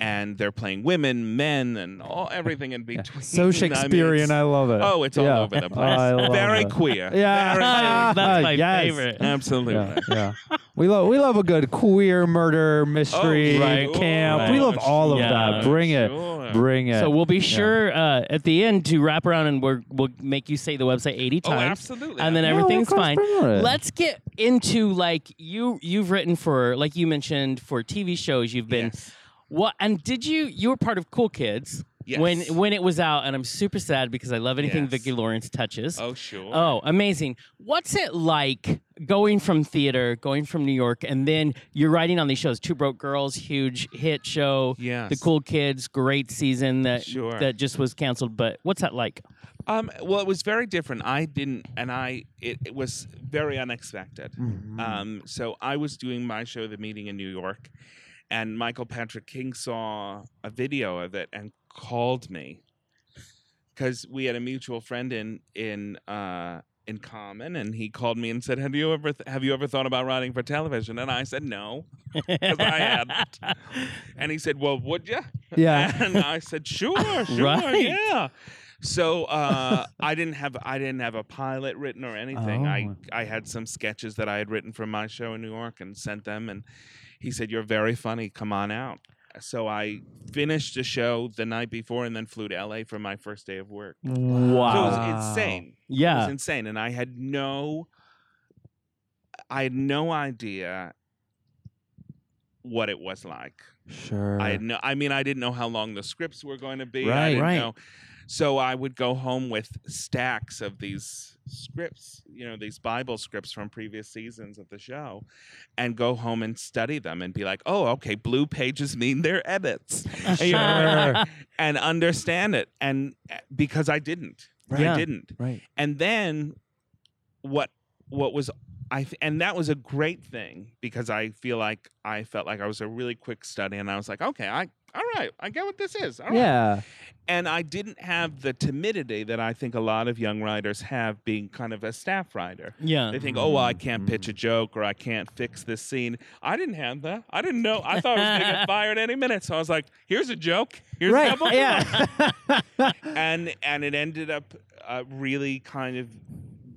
Speaker 5: and they're playing women, men, and all everything in
Speaker 6: Yeah.
Speaker 5: between. (laughs) I
Speaker 6: So
Speaker 5: mean,
Speaker 6: Shakespearean. I,
Speaker 5: it's-
Speaker 6: love it.
Speaker 5: oh, it's
Speaker 6: Yeah.
Speaker 5: all over the
Speaker 6: Oh, (laughs) I
Speaker 5: place.
Speaker 6: love
Speaker 5: Very
Speaker 6: it.
Speaker 5: queer.
Speaker 6: Yeah.
Speaker 5: Very-
Speaker 6: (laughs)
Speaker 4: Ah, (laughs) That's my
Speaker 6: Yes.
Speaker 4: favorite.
Speaker 5: Absolutely.
Speaker 6: yeah, yeah. We love we love a good queer murder mystery
Speaker 5: Oh, right.
Speaker 6: camp.
Speaker 4: Right.
Speaker 6: We love all of
Speaker 4: Yeah.
Speaker 6: that. Bring it,
Speaker 5: Sure.
Speaker 6: bring it.
Speaker 4: So we'll be sure uh, at the end to wrap around and we're, we'll make you say the website 80
Speaker 5: Oh,
Speaker 4: times.
Speaker 5: absolutely.
Speaker 4: And then
Speaker 6: Yeah,
Speaker 4: everything's
Speaker 6: of course,
Speaker 4: fine.
Speaker 6: promote it.
Speaker 4: Let's get into like you you've written for like you mentioned for TV shows you've been
Speaker 5: Yes.
Speaker 4: what and did you you were part of Cool Kids
Speaker 5: Yes.
Speaker 4: when when it was out, and I'm super sad because I love anything
Speaker 5: Yes.
Speaker 4: Vicki Lawrence touches.
Speaker 5: Oh sure.
Speaker 6: uh,
Speaker 4: Oh, amazing. What's it like going from theater, going from New York, and then you're writing on these shows? Two Broke Girls, huge hit show.
Speaker 5: Yes.
Speaker 4: The Cool Kids, great season that
Speaker 5: Sure.
Speaker 4: that just was canceled. But what's that like?
Speaker 5: Um, well, it was very different. I didn't, and I it, it was very unexpected.
Speaker 6: Mm-hmm.
Speaker 5: Um, so I was doing my show, The Meeting in New York, and Michael Patrick King saw a video of it and called me because we had a mutual friend in in uh, in common, and he called me and said, "Have you ever th- have you ever thought about writing for television?" And I said, "No," because I hadn't. and he said, "Well, would you?"
Speaker 6: Yeah.
Speaker 5: and I said,
Speaker 4: (laughs)
Speaker 5: "Sure, sure,
Speaker 4: Right.
Speaker 5: yeah." So uh, I didn't have I didn't have a pilot written or anything. I
Speaker 6: Oh.
Speaker 5: I had some sketches that I had written for my show in New York and sent them, and he said, "You're very funny. Come on out." So I finished the show the night before and then flew to LA for my first day of work. So it
Speaker 4: Wow.
Speaker 5: was insane. It was
Speaker 4: Yeah.
Speaker 5: insane, and I had no, I had no idea what it was like.
Speaker 6: (laughs) Sure.
Speaker 5: I had no, I mean, I didn't know how long the scripts were going to be. I
Speaker 6: Right.
Speaker 5: didn't
Speaker 4: Right.
Speaker 5: know. So I would go home with stacks of these scripts, you know, these Bible scripts from previous seasons of the show, and go home and study them and be like, oh, okay, blue pages mean they're edits. And, you know,
Speaker 6: Sure.
Speaker 5: and understand it. And uh, because I didn't,
Speaker 4: Yeah.
Speaker 5: I didn't
Speaker 6: (laughs) right.
Speaker 5: and then what what was i th- and that was a great thing because i feel like i felt like i was a really quick study and i was like okay i all right i get what this is all right.
Speaker 6: Yeah.
Speaker 5: and i didn't have the timidity that i think a lot of young writers have being kind of a staff writer
Speaker 4: (laughs) Yeah.
Speaker 5: they think, oh, well, I can't pitch a
Speaker 6: Mm-hmm.
Speaker 5: joke or I can't fix this scene. I didn't have that. I didn't know. I thought I was going to get
Speaker 6: (laughs)
Speaker 5: fired any minute. So I was like, here's a joke. Here's a
Speaker 6: Right.
Speaker 5: couple
Speaker 6: Yeah.
Speaker 5: (laughs) and and it ended up uh, really kind of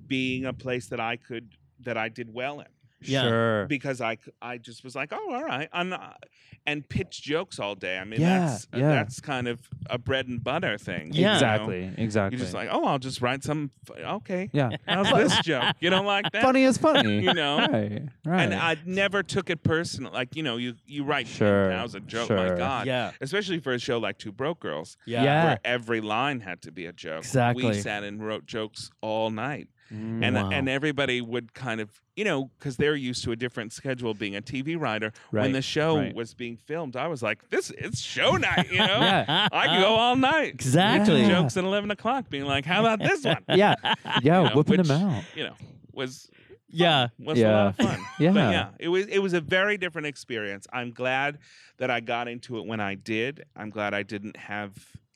Speaker 5: being a place that I could that I did well in
Speaker 4: Yeah.
Speaker 6: Sure.
Speaker 5: because I c- I just was like oh all right I'm not, and pitch jokes all day I mean
Speaker 6: Yeah,
Speaker 5: that's uh,
Speaker 6: yeah.
Speaker 5: that's kind of a bread and butter thing
Speaker 4: Yeah.
Speaker 5: you know?
Speaker 6: Exactly. Exactly.
Speaker 5: you're just like oh I'll just write some f-
Speaker 6: (laughs)
Speaker 5: okay
Speaker 6: yeah.
Speaker 5: how's this joke you don't like that
Speaker 6: funny is funny.
Speaker 5: (laughs) You know?
Speaker 6: Right. Right.
Speaker 5: and I never took it personal like you know you you write
Speaker 6: Sure,
Speaker 5: 10,000 jokes
Speaker 6: sure.
Speaker 5: my god
Speaker 4: Yeah.
Speaker 5: especially for a show like Two Broke Girls
Speaker 4: Yeah.
Speaker 6: Yeah.
Speaker 5: where every line had to be a joke.
Speaker 4: Exactly.
Speaker 5: We sat and wrote jokes all night, Mm.
Speaker 6: Mm.
Speaker 5: and uh,
Speaker 4: Wow.
Speaker 5: and everybody would kind of you know because they're used to a different schedule being a TV writer.
Speaker 6: Right,
Speaker 5: When the show
Speaker 6: right.
Speaker 5: was being filmed, I was like, this it's show night,
Speaker 6: (laughs)
Speaker 5: you know.
Speaker 6: Yeah.
Speaker 5: (laughs)
Speaker 6: Uh,
Speaker 5: I could go all night.
Speaker 4: (laughs) Exactly.
Speaker 5: Pitching Jokes at eleven o'clock, being like, how about this
Speaker 6: (laughs)
Speaker 5: one?
Speaker 4: (laughs)
Speaker 6: yeah. Yeah.
Speaker 5: You know,
Speaker 6: whipping
Speaker 5: which,
Speaker 6: them out.
Speaker 5: You know, was
Speaker 4: Yeah.
Speaker 5: was
Speaker 6: Yeah.
Speaker 5: a lot of fun.
Speaker 6: (laughs) Yeah.
Speaker 5: But yeah, it was it was a very different experience. I'm glad that I got into it when I did. I'm glad I didn't have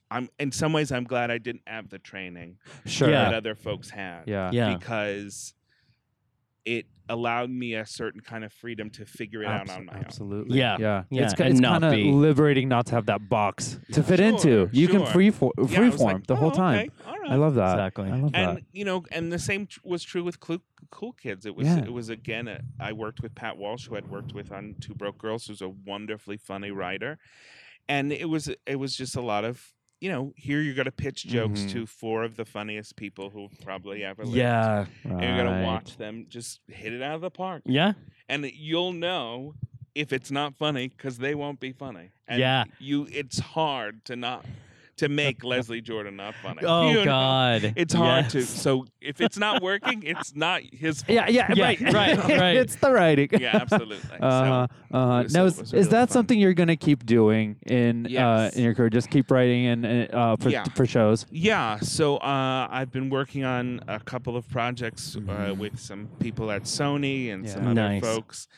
Speaker 5: I'm in some ways I'm glad I didn't have the training
Speaker 6: Sure.
Speaker 4: Yeah.
Speaker 5: that other folks had.
Speaker 6: Yeah.
Speaker 4: Yeah.
Speaker 5: Because it allowed me a certain kind of freedom to figure it
Speaker 6: Abso-
Speaker 5: out on my own.
Speaker 6: Absolutely.
Speaker 4: Yeah,
Speaker 6: Yeah.
Speaker 4: yeah,
Speaker 6: It's, ki-
Speaker 4: and
Speaker 6: it's
Speaker 4: not
Speaker 6: kind of
Speaker 4: be-
Speaker 6: liberating not to have that box to fit
Speaker 5: Sure,
Speaker 6: into. You can
Speaker 5: sure.
Speaker 6: free for,
Speaker 5: Yeah, I
Speaker 6: freeform
Speaker 5: was like,
Speaker 6: the whole
Speaker 5: "Oh,
Speaker 6: time.
Speaker 5: okay, all right."
Speaker 6: I love that.
Speaker 4: Exactly.
Speaker 6: I love
Speaker 5: and
Speaker 6: that.
Speaker 5: you know, and the same tr- was true with Clu- Cool Kids. It was
Speaker 6: Yeah.
Speaker 5: it was again. A, I worked with Pat Walsh, who I'd worked with on Two Broke Girls, who's a wonderfully funny writer, and it was it was just a lot of you know here you're going to pitch jokes
Speaker 6: Mhm.
Speaker 5: to four of the funniest people who probably ever lived.
Speaker 4: Mm-hmm. Yeah.
Speaker 5: and you're going
Speaker 6: Right.
Speaker 5: to watch them just hit it out of the park,
Speaker 4: Yeah.
Speaker 5: and you'll know if it's not funny because they won't be funny. And
Speaker 4: Yeah.
Speaker 5: you it's hard to not to
Speaker 4: (laughs)
Speaker 5: make Leslie Jordan not funny.
Speaker 4: Oh
Speaker 5: You know?
Speaker 4: God.
Speaker 5: It's hard to.
Speaker 4: Yes.
Speaker 5: So if it's not working, it's not his fault.
Speaker 6: (laughs) Yeah, yeah,
Speaker 4: Yeah,
Speaker 6: (laughs) right,
Speaker 4: right,
Speaker 6: (laughs)
Speaker 4: (laughs) right.
Speaker 6: it's the writing.
Speaker 5: Yeah,
Speaker 6: (laughs)
Speaker 5: absolutely.
Speaker 6: Uh, uh,
Speaker 5: was-
Speaker 6: now,
Speaker 5: it was
Speaker 6: is, is
Speaker 5: really fun.
Speaker 6: that something you're gonna keep doing in uh,
Speaker 5: Yes.
Speaker 6: in your career? Just keep writing and, and uh, for
Speaker 5: Yeah.
Speaker 6: for shows.
Speaker 5: yeah, so uh, I've been working on a couple of projects uh, with some people at Sony and some
Speaker 6: Yeah.
Speaker 5: other
Speaker 4: Mm-hmm. Nice.
Speaker 5: folks,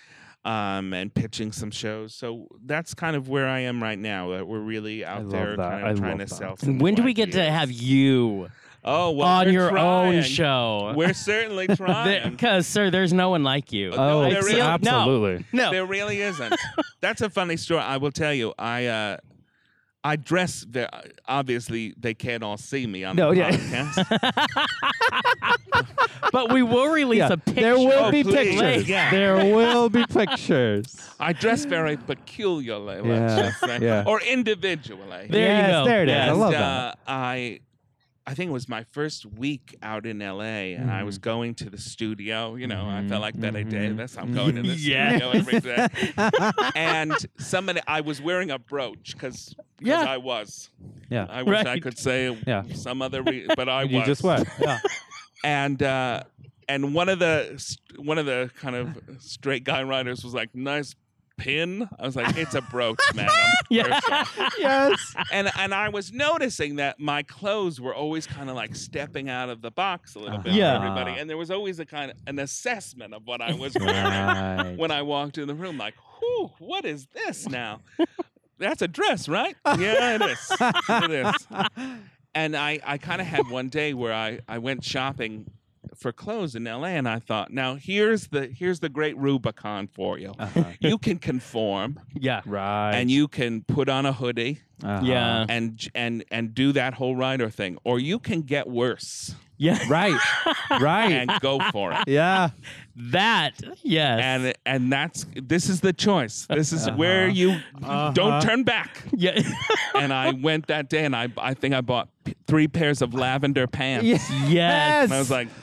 Speaker 5: um, and pitching some shows. So that's kind of where I am right now. Uh, we're really out
Speaker 6: love
Speaker 5: there
Speaker 6: that.
Speaker 5: kind
Speaker 6: I
Speaker 5: of trying to
Speaker 6: love that.
Speaker 5: sell. some
Speaker 4: When do
Speaker 5: new
Speaker 4: we get to
Speaker 5: ideas.
Speaker 4: have you
Speaker 5: Oh, well,
Speaker 4: on
Speaker 5: we're
Speaker 4: your own
Speaker 5: trying.
Speaker 4: show? (laughs)
Speaker 5: We're certainly trying.
Speaker 4: Because, sir, there's no one like you.
Speaker 5: no,
Speaker 6: oh,
Speaker 5: there
Speaker 6: it's-
Speaker 5: is- No.
Speaker 6: absolutely.
Speaker 4: no.
Speaker 5: There really isn't.
Speaker 6: (laughs)
Speaker 5: That's a funny story. I will tell you. I uh, I dress. Very, obviously, they can't all see me on
Speaker 6: No,
Speaker 5: the
Speaker 6: yeah.
Speaker 5: podcast.
Speaker 4: but we will release
Speaker 6: Yeah,
Speaker 4: a picture.
Speaker 6: there will
Speaker 5: Oh,
Speaker 6: be
Speaker 5: please.
Speaker 6: pictures.
Speaker 5: Yeah.
Speaker 6: (laughs) There will
Speaker 4: (laughs)
Speaker 6: be pictures.
Speaker 5: I dress
Speaker 6: (laughs)
Speaker 5: very peculiarly, let's
Speaker 6: Yeah,
Speaker 5: just say,
Speaker 6: yeah.
Speaker 5: or individually.
Speaker 4: There you
Speaker 6: yes,
Speaker 4: go.
Speaker 6: There it is. I
Speaker 5: and,
Speaker 6: love
Speaker 5: uh,
Speaker 6: that.
Speaker 5: I I think it was my first week out in LA, and I was
Speaker 6: Mm-hmm.
Speaker 5: going to the studio. You know, I felt like that I did. That's how I'm going to the
Speaker 6: (laughs)
Speaker 5: studio every day. and somebody, I was wearing a brooch because
Speaker 4: Yeah.
Speaker 5: I was.
Speaker 6: Yeah. (laughs)
Speaker 5: I wish I
Speaker 4: Right.
Speaker 5: could say
Speaker 6: Yeah.
Speaker 5: some
Speaker 6: (laughs)
Speaker 5: other, re- but I
Speaker 6: you
Speaker 5: was
Speaker 6: just were.
Speaker 5: (laughs)
Speaker 6: Yeah.
Speaker 5: and uh, and one of the st- one of the kind of straight guy riders was like, "Nice pin." I was like, "It's a
Speaker 6: (laughs)
Speaker 5: brooch, madam."
Speaker 4: Yeah.
Speaker 5: first off."
Speaker 6: yes.
Speaker 5: And and I was noticing that my clothes were always kind of like stepping out of the box a little bit
Speaker 4: Yeah.
Speaker 5: for everybody, and there was always a kind of an assessment of what I
Speaker 6: (laughs)
Speaker 5: was wearing
Speaker 6: Right.
Speaker 5: when I walked in the room, like, "Whew, what is this
Speaker 6: (laughs)
Speaker 5: now?" That's a dress, right? Yeah, it is. It is
Speaker 6: (laughs)
Speaker 5: and I, I kind of had one day where I, I went shopping for clothes in LA and I thought, now here's the here's the great Rubicon for you.
Speaker 6: Uh-huh.
Speaker 5: (laughs) You can conform
Speaker 4: Yeah.
Speaker 6: Right.
Speaker 5: and you can put on a hoodie
Speaker 6: Uh-huh.
Speaker 4: Yeah.
Speaker 5: and and and do that whole rider thing. Or you can get worse
Speaker 4: Yeah.
Speaker 5: (laughs)
Speaker 6: Right. Right.
Speaker 5: and go
Speaker 6: (laughs)
Speaker 5: for it.
Speaker 6: yeah.
Speaker 4: That. Yes.
Speaker 5: And and that's this is the choice. This is where you
Speaker 6: Uh-huh.
Speaker 5: don't turn back.
Speaker 4: yeah. (laughs)
Speaker 5: And I went that day and I I think I bought p- three pairs of lavender pants.
Speaker 4: Yes.
Speaker 5: And I was like,
Speaker 6: (laughs)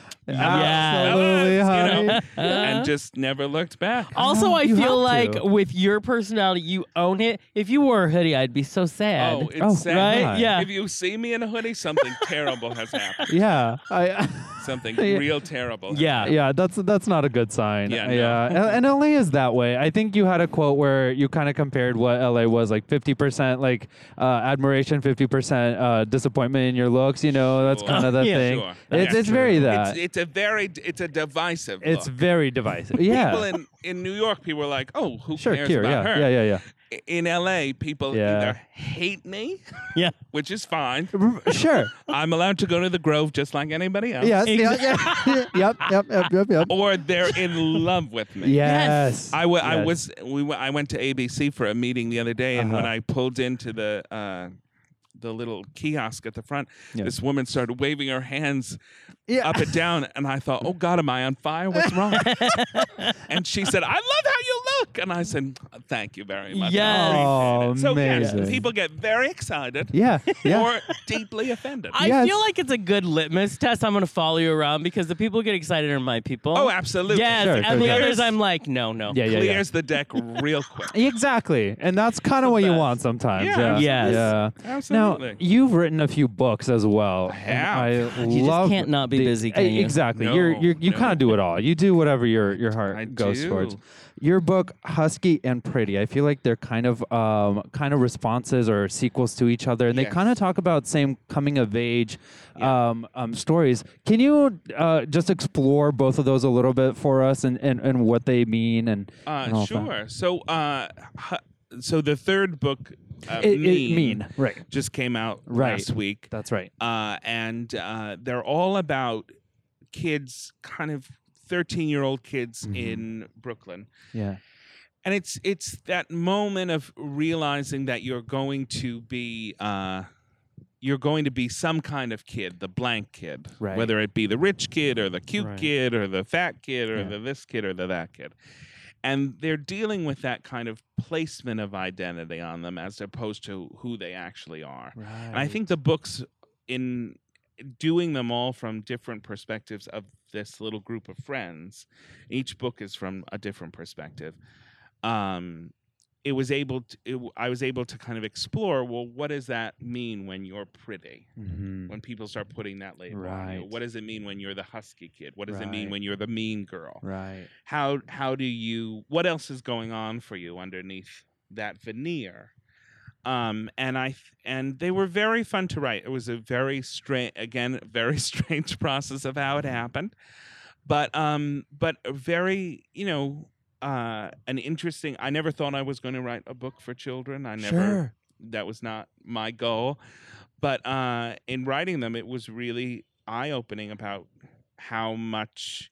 Speaker 6: Absolutely,
Speaker 5: Yes.
Speaker 6: honey.
Speaker 5: You know, and just never looked back.
Speaker 4: also, I
Speaker 6: You
Speaker 4: feel
Speaker 6: have
Speaker 4: like
Speaker 6: to.
Speaker 4: with your personality, you own it. If you wore a hoodie, I'd be so sad.
Speaker 5: Oh, it's
Speaker 6: Oh,
Speaker 5: sad.
Speaker 4: right?
Speaker 6: God.
Speaker 4: Yeah.
Speaker 5: If you see me in a hoodie,
Speaker 6: (laughs)
Speaker 5: something terrible has happened.
Speaker 6: Yeah.
Speaker 5: (laughs)
Speaker 6: I,
Speaker 5: Something
Speaker 6: Yeah.
Speaker 5: real terrible. has
Speaker 4: yeah.
Speaker 6: yeah, that's that's not a good sign.
Speaker 5: Yeah, no.
Speaker 6: yeah. And LA is that way. I think you had a quote where you kind of compared what LA was like 50% like uh, admiration, 50% uh, disappointment in your looks, you know, that's
Speaker 5: Sure.
Speaker 6: kind of the
Speaker 4: Yeah.
Speaker 6: thing.
Speaker 5: Sure.
Speaker 6: It's,
Speaker 5: Yeah,
Speaker 6: it's very that.
Speaker 5: It's, it's a very it's a divisive.
Speaker 6: It's
Speaker 5: look.
Speaker 6: very divisive. Yeah.
Speaker 5: People in, in New York, people are like, "Oh, who
Speaker 6: sure,
Speaker 5: cares
Speaker 6: Kier,
Speaker 5: about
Speaker 6: yeah,
Speaker 5: her?"
Speaker 6: yeah. Yeah, yeah,
Speaker 5: I- In LA, people
Speaker 6: Yeah.
Speaker 5: either hate me,
Speaker 4: (laughs)
Speaker 5: (laughs)
Speaker 4: Yeah.
Speaker 5: which is fine. (laughs)
Speaker 6: R- Sure.
Speaker 5: I'm allowed to go to the Grove just like anybody else.
Speaker 6: yes, yeah, (laughs) yeah. yep, yep, yep, yep, yep.
Speaker 5: Or they're in love with me.
Speaker 6: Yes.
Speaker 5: I wa- I
Speaker 6: Yes.
Speaker 5: was we w- I went to ABC for a meeting the other day, and when
Speaker 6: Uh-huh.
Speaker 5: I pulled into the uh, the little kiosk at the front,
Speaker 6: Yeah.
Speaker 5: this woman started waving her hands
Speaker 6: Yeah.
Speaker 5: up and down, and I thought, "Oh God, am I on fire? What's
Speaker 6: (laughs)
Speaker 5: wrong?" and she said, "I love how you look," and I said, "Thank you very much." I
Speaker 4: Yes.
Speaker 5: appreciate it."
Speaker 6: Oh,
Speaker 5: so yes,
Speaker 6: amazing.
Speaker 5: people get very excited
Speaker 6: Yeah.
Speaker 5: (laughs)
Speaker 6: Yeah.
Speaker 5: or deeply offended.
Speaker 4: I
Speaker 6: Yes.
Speaker 4: feel like it's a good litmus test. I'm gonna follow you around because the people who get excited are my people.
Speaker 5: oh, absolutely.
Speaker 4: Yes,
Speaker 6: Sure,
Speaker 4: and
Speaker 6: sure,
Speaker 4: the
Speaker 6: sure.
Speaker 4: others, I'm like, no, no.
Speaker 6: yeah, yeah, yeah.
Speaker 5: Clears the deck real quick.
Speaker 6: Exactly. And that's kind of what you want sometimes. Yeah.
Speaker 5: Yeah,
Speaker 4: Yes.
Speaker 6: Yeah.
Speaker 5: Absolutely.
Speaker 6: Now, you've written a few books as well.
Speaker 5: have.
Speaker 6: and I
Speaker 4: You
Speaker 6: love
Speaker 4: just can't not be
Speaker 6: the-
Speaker 4: busy,
Speaker 6: Eh,
Speaker 4: can you?
Speaker 6: Exactly. you're,
Speaker 5: No,
Speaker 6: you're, you
Speaker 5: no.
Speaker 6: kind of do it all. You do whatever your, your heart
Speaker 5: I
Speaker 6: goes
Speaker 5: do.
Speaker 6: towards. Your book, Husky and Pretty, I feel like they're kind of um, kind of responses or sequels to each other, and they
Speaker 5: Yes.
Speaker 6: kind of talk about same coming of age um, um, stories. Can you uh, just explore both of those a little bit for us, and, and, and what they mean, and, and all
Speaker 5: Uh,
Speaker 6: of that?
Speaker 5: sure. So, uh, hu- so the third book, uh,
Speaker 6: It,
Speaker 5: mean,
Speaker 6: it mean right.
Speaker 5: just came out
Speaker 6: Right.
Speaker 5: last week,
Speaker 6: That's right.
Speaker 5: uh, and uh, they're all about kids, kind of thirteen-year-old kids
Speaker 6: Mhm.
Speaker 5: in Brooklyn,
Speaker 6: Yeah.
Speaker 5: and it's it's that moment of realizing that you're going to be. Uh, you're going to be some kind of kid, the blank kid,
Speaker 6: Right.
Speaker 5: whether it be the rich kid or the cute
Speaker 6: Right.
Speaker 5: kid or the fat kid or
Speaker 6: Yeah.
Speaker 5: the this kid or the that kid. And they're dealing with that kind of placement of identity on them as opposed to who they actually are.
Speaker 6: Right.
Speaker 5: And I think the books in doing them all from different perspectives of this little group of friends, each book is from a different perspective. Um, it was able to, it, w- I was able to kind of explore, well, what does that mean when you're pretty?
Speaker 6: Mhm.
Speaker 5: When people start putting that label on you,
Speaker 6: Right.
Speaker 5: what does it mean when you're the husky kid? What does it mean
Speaker 6: Right.
Speaker 5: when you're the mean girl?
Speaker 6: Right.
Speaker 5: how how do you what else is going on for you underneath that veneer um and i th- and they were very fun to write it was a very strange again (laughs) very strange process of how it happened but um but a very you know uh an interesting i never thought i was going to write a book for children i never
Speaker 6: Sure.
Speaker 5: that was not my goal but uh in writing them it was really eye opening about how much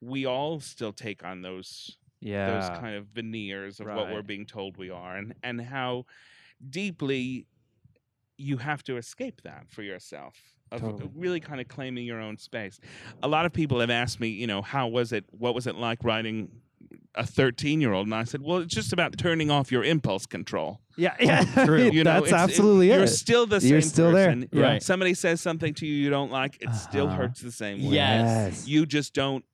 Speaker 5: we all still take on those
Speaker 6: Yeah.
Speaker 5: those kind of veneers of what we're
Speaker 6: Right.
Speaker 5: being told we are and and how deeply you have to escape that for yourself of
Speaker 6: Totally.
Speaker 5: really kind of claiming your own space a lot of people have asked me you know how was it what was it like writing a 13 year old, and I said, well, it's just about turning off your impulse control. (laughs)
Speaker 6: Yeah, yeah. (laughs)
Speaker 4: True.
Speaker 5: You know,
Speaker 6: That's
Speaker 5: it's- it-
Speaker 6: absolutely it.
Speaker 5: You're still the same.
Speaker 6: You're still there.
Speaker 5: person.
Speaker 6: Yeah.
Speaker 4: Right.
Speaker 5: Somebody says something to you you don't like, it still
Speaker 6: Uh-huh.
Speaker 5: hurts the same way.
Speaker 4: Yes.
Speaker 5: You just don't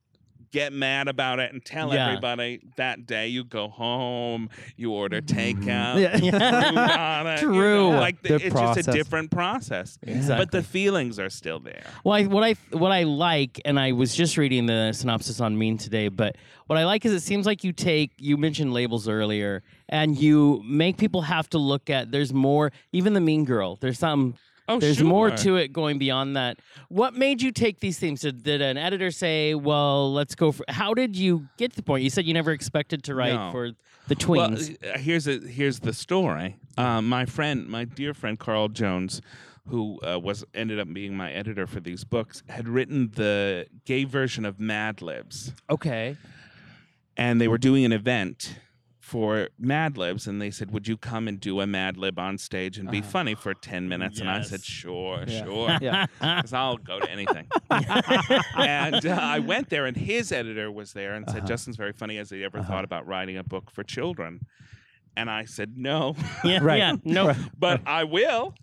Speaker 5: get mad about it and tell
Speaker 4: Yeah.
Speaker 5: everybody that day. You go home, you order takeout.
Speaker 4: (laughs)
Speaker 6: Yeah. (laughs)
Speaker 5: you
Speaker 4: Yeah.
Speaker 5: nada, you know,
Speaker 4: True.
Speaker 5: like
Speaker 6: The
Speaker 5: it's just a
Speaker 6: process.
Speaker 5: different process.
Speaker 4: Exactly.
Speaker 5: But the feelings are still there.
Speaker 4: Well, I, what I what I like, and I was just reading the synopsis on Mean today, but what I like is it seems like you take you mentioned labels earlier, and you make people have to look at. There's more, even the Mean Girl. There's some.
Speaker 5: Oh,
Speaker 4: there's more to
Speaker 5: sure.
Speaker 4: it going beyond that. What made you take these themes? Did, did an editor say, "Well, let's go for"? How did you get to the point? You said you never expected to write
Speaker 5: No.
Speaker 4: for the tweens.
Speaker 5: Well, uh, here's a, here's the story. Uh, my friend, my dear friend Carl Jones, who uh, was ended up being my editor for these books, had written the gay version of Mad Libs, (laughs)
Speaker 6: Okay.
Speaker 5: and they were doing an event for Mad Libs, and they said, "Would you come and do a Mad Lib on stage and be funny for ten minutes?" And I said,
Speaker 4: Yes.
Speaker 5: "Sure,
Speaker 6: Uh-huh. (laughs) Yeah.
Speaker 5: (laughs) sure."
Speaker 6: Yeah.
Speaker 5: because I'll go
Speaker 4: (laughs)
Speaker 5: to anything. and uh, I went there, and his editor was there and
Speaker 4: Uh-huh.
Speaker 5: said, Justin's very funny. Has he ever thought about writing a book for children? And I said, No,
Speaker 4: yeah,
Speaker 6: Right.
Speaker 4: yeah, no,
Speaker 5: (laughs) but I
Speaker 4: (laughs)
Speaker 5: will.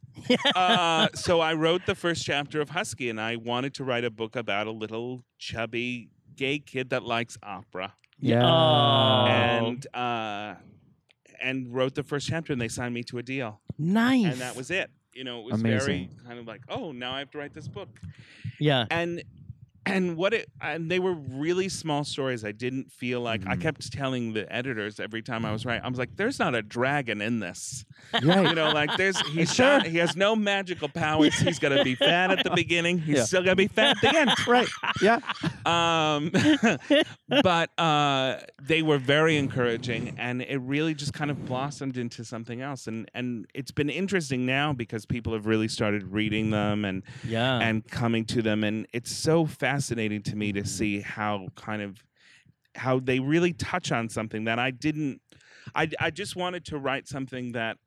Speaker 5: uh, so I wrote the first chapter of Husky, and I wanted to write a book about a little chubby gay kid that likes opera.
Speaker 6: Yeah.
Speaker 4: Oh.
Speaker 5: And, uh, and wrote the first chapter, and they signed me to a deal
Speaker 4: nice.
Speaker 5: and that was it. You know, it was very
Speaker 6: Amazing.
Speaker 5: kind of like, oh, now I have to write this book.
Speaker 4: yeah,
Speaker 5: And and what it and they were really small stories. I didn't feel like I
Speaker 6: Mm.
Speaker 5: kept telling the editors every time I was writing. I was like, there's not a dragon in this. You
Speaker 6: (laughs) Mm-hmm. right.
Speaker 5: know, like
Speaker 6: (laughs)
Speaker 5: there's he's
Speaker 6: Sure.
Speaker 5: not, he has no
Speaker 6: (laughs)
Speaker 5: magical powers. He's gonna be fat at the beginning. He's
Speaker 6: Yeah.
Speaker 5: still gonna be fat at the end.
Speaker 6: (laughs) right. Yeah.
Speaker 5: Um, (laughs) but uh, they were very encouraging, and it really just kind of blossomed into something else. And and it's been interesting now because people have really started reading them and
Speaker 4: yeah.
Speaker 5: and coming to them, and it's so fascinating to
Speaker 4: Mm-hmm.
Speaker 5: me to see how kind of how they really touch on something that I didn't. I I just wanted to write something that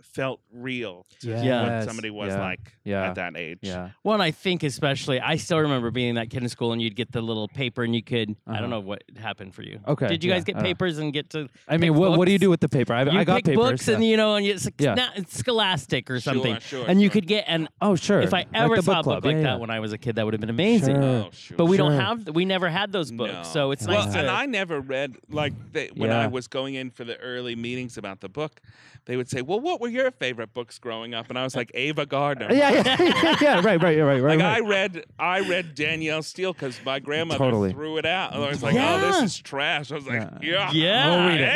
Speaker 5: felt real to
Speaker 4: Yeah.
Speaker 5: what somebody was
Speaker 6: Yeah.
Speaker 5: like
Speaker 6: Yeah.
Speaker 5: at that age.
Speaker 6: Yeah.
Speaker 4: One, I think especially, I still remember being that kid in school, and you'd get the little paper, and you could, I
Speaker 6: Uh-huh.
Speaker 4: don't know what happened for you.
Speaker 6: Okay,
Speaker 4: Did you
Speaker 6: yeah,
Speaker 4: guys
Speaker 6: I
Speaker 4: get
Speaker 6: don't know.
Speaker 4: papers and get to?
Speaker 6: I mean,
Speaker 4: pick
Speaker 6: what, what do you
Speaker 4: books?
Speaker 6: do with the paper? I,
Speaker 4: you
Speaker 6: I got
Speaker 4: pick
Speaker 6: papers.
Speaker 4: books,
Speaker 6: yeah.
Speaker 4: and you know, and it's,
Speaker 6: Yeah.
Speaker 4: not- it's scholastic or something,
Speaker 5: Sure, sure,
Speaker 4: and you
Speaker 5: sure.
Speaker 4: could get. And
Speaker 6: oh, sure.
Speaker 4: if I
Speaker 6: Like
Speaker 4: ever
Speaker 6: the
Speaker 4: saw
Speaker 6: book
Speaker 4: a
Speaker 6: club.
Speaker 4: book like
Speaker 6: yeah, yeah.
Speaker 4: that when I was a kid, that would have been amazing.
Speaker 6: Sure.
Speaker 5: Oh, sure.
Speaker 4: But we don't
Speaker 6: Sure.
Speaker 4: have. We never had those books,
Speaker 5: No.
Speaker 4: so it's
Speaker 5: well,
Speaker 4: nice.
Speaker 5: and
Speaker 4: to-
Speaker 5: I never read like they, when
Speaker 6: Yeah.
Speaker 5: I was going in for the early meetings about the book, they would say, "Well, what were your favorite books growing up?" And I was like, "Ava Gardner." (laughs)
Speaker 6: (laughs) Yeah, yeah, yeah, right, right, yeah, right, right.
Speaker 5: Like
Speaker 6: right.
Speaker 5: I read, I read Danielle Steele because my grandmother
Speaker 6: Totally.
Speaker 5: threw it out, and I was like, "Oh,
Speaker 4: Yeah.
Speaker 5: this is trash." I was like,
Speaker 6: Yeah.
Speaker 5: "Yeah,
Speaker 4: Yeah, We'll read it.
Speaker 5: yeah."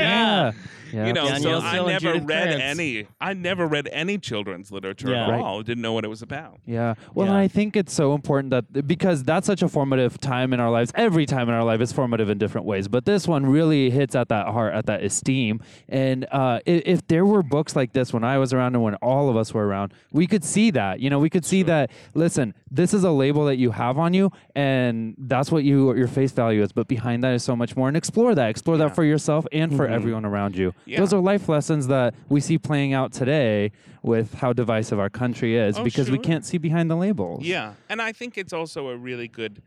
Speaker 6: yeah.
Speaker 5: (laughs) You know,
Speaker 4: Danielle
Speaker 5: so
Speaker 4: Steele
Speaker 5: I
Speaker 4: and
Speaker 5: never
Speaker 4: Judith
Speaker 5: read
Speaker 4: Krantz.
Speaker 5: any. I never read any children's literature
Speaker 4: Yeah.
Speaker 5: at
Speaker 4: Right.
Speaker 5: all. Didn't know what it was about.
Speaker 6: Yeah. Well, and
Speaker 4: Yeah.
Speaker 6: I think it's so important that because that's such a formative time in our lives. Every time in our life is formative in different ways, but this one really hits at that heart, at that esteem. And uh, if, if there were books like this when I was around and when all of us were around, we could see that. You know, we could see that. Listen, this is a label that you have on you, and that's what you your face value is. But behind that is so much more. And explore that. Explore that for yourself and for everyone around you.
Speaker 5: Mm-hmm. Yeah.
Speaker 6: Those are life lessons that we see playing out today with how divisive our country is
Speaker 5: Oh,
Speaker 6: because we
Speaker 5: sure.
Speaker 6: can't can't see behind the labels.
Speaker 5: Yeah, and I think it's also a really good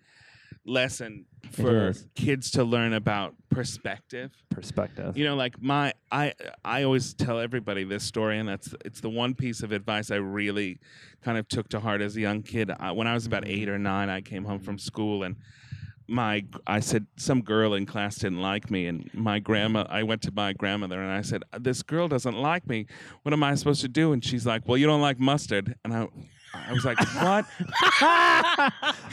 Speaker 5: lesson for
Speaker 6: is.
Speaker 5: kids to learn about perspective.
Speaker 6: Perspective.
Speaker 5: You know, like my I I always tell everybody this story, and that's it's the one piece of advice I really kind of took to heart as a young kid. I, when I was about eight or nine, I came home from school and. My, I said some girl in class didn't like me, and my grandma. I went to my grandmother and I said, "This girl doesn't like me. What am I supposed to do?" And she's like, "Well, you don't like mustard." And I, I was like,
Speaker 6: (laughs)
Speaker 5: "What?"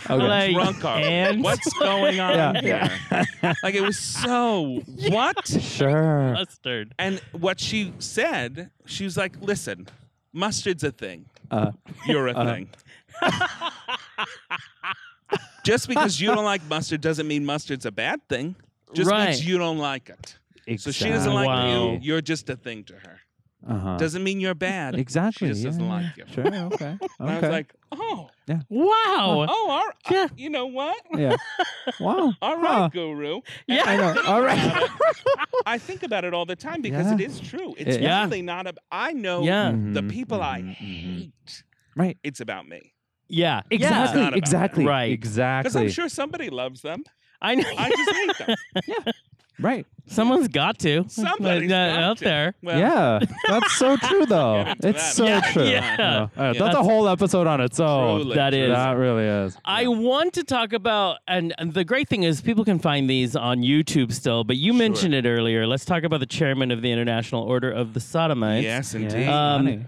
Speaker 4: Like,
Speaker 5: drunk are we?
Speaker 4: and
Speaker 5: What's going on
Speaker 6: Yeah,
Speaker 5: here? like it was
Speaker 6: (laughs)
Speaker 5: so what?
Speaker 6: Sure.
Speaker 5: uh,
Speaker 4: mustard.
Speaker 5: And what she said, she was like, "Listen, mustard's a thing.
Speaker 6: Uh,
Speaker 5: You're a thing." Just because you don't like mustard doesn't mean mustard's a bad thing. Just
Speaker 4: Right.
Speaker 5: means you don't like it.
Speaker 6: exactly.
Speaker 5: So she doesn't like
Speaker 4: Wow.
Speaker 5: you. You're just a thing to her.
Speaker 6: Uh-huh.
Speaker 5: Doesn't mean you're bad.
Speaker 6: exactly.
Speaker 5: She just
Speaker 6: yeah,
Speaker 5: doesn't
Speaker 6: yeah.
Speaker 5: like you.
Speaker 6: Sure. Okay.
Speaker 5: (laughs) And I
Speaker 6: okay.
Speaker 5: was like, "Oh,
Speaker 4: Wow.
Speaker 5: oh, all right.
Speaker 4: Yeah.
Speaker 5: you know what? (laughs)
Speaker 6: yeah. Wow.
Speaker 5: All
Speaker 6: Huh.
Speaker 5: right, guru."
Speaker 4: Yeah.
Speaker 6: I know. All right.
Speaker 5: I think about it all the time because
Speaker 6: Yeah.
Speaker 5: it is true. It's
Speaker 6: It- Yeah.
Speaker 5: really not ab I know
Speaker 4: Yeah.
Speaker 5: the
Speaker 6: Mhm,
Speaker 5: people I
Speaker 6: mhm, mhm.
Speaker 5: hate.
Speaker 6: (laughs) Right.
Speaker 5: It's about me.
Speaker 4: Yeah.
Speaker 6: Exactly.
Speaker 4: Yeah.
Speaker 5: not about
Speaker 6: Exactly.
Speaker 4: that. Right.
Speaker 5: Because
Speaker 6: Exactly.
Speaker 5: I'm sure somebody loves them.
Speaker 4: I know.
Speaker 5: I just hate them.
Speaker 6: Right.
Speaker 4: Someone's got to.
Speaker 5: Somebody's
Speaker 4: Uh,
Speaker 5: got
Speaker 4: out
Speaker 5: to.
Speaker 4: there.
Speaker 5: Well, (laughs)
Speaker 6: yeah. That's so true, though.
Speaker 5: Get into
Speaker 6: It's
Speaker 5: that.
Speaker 6: so
Speaker 5: Yeah,
Speaker 6: true.
Speaker 4: yeah.
Speaker 6: All right,
Speaker 5: Yeah.
Speaker 6: That's a
Speaker 4: That's-
Speaker 6: whole episode on its own.
Speaker 5: truly.
Speaker 4: That is.
Speaker 6: That really is.
Speaker 4: I want to talk about, and, and the great thing is people can find these on YouTube still, but you mentioned it earlier. Let's talk about the chairman of the International Order of the Sodomites.
Speaker 5: Yes,
Speaker 6: Yeah.
Speaker 5: indeed.
Speaker 4: Um,
Speaker 6: Honey.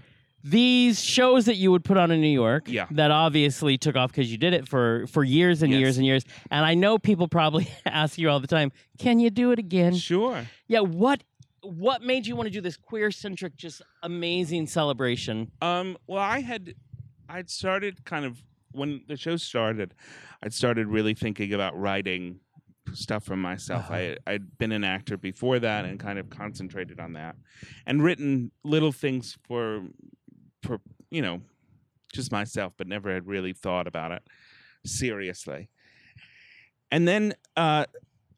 Speaker 4: These shows that you would put on in New York
Speaker 5: Yeah.
Speaker 4: that obviously took off because you did it for, for years and
Speaker 5: Yes.
Speaker 4: years and years. And I know people probably (laughs) ask you all the time, can you do it again?
Speaker 5: sure.
Speaker 4: Yeah, what what made you want to do this queer centric, just amazing celebration?
Speaker 5: Um, well, I had I'd started kind of when the show started, I'd started really thinking about writing stuff for myself. I I'd been an actor before that and kind of concentrated on that and written little things for for you know just myself, but never had really thought about it seriously. And then uh,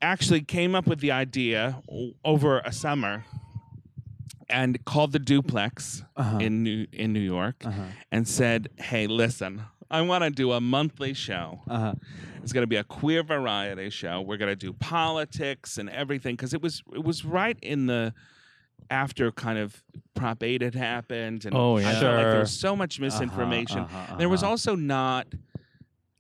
Speaker 5: actually came up with the idea o- over a summer and called the duplex
Speaker 6: Uh-huh.
Speaker 5: in New in New York
Speaker 6: Uh-huh.
Speaker 5: and said, "Hey, listen, I want to do a monthly show.
Speaker 6: Uh-huh.
Speaker 5: It's going to be a queer variety show. We're going to do politics and everything because it was it was right in the after kind of Prop 8 had happened and
Speaker 4: Oh, yeah.
Speaker 5: I felt like
Speaker 6: Sure.
Speaker 5: there was so
Speaker 6: Uh-huh,
Speaker 5: much misinformation. There was also not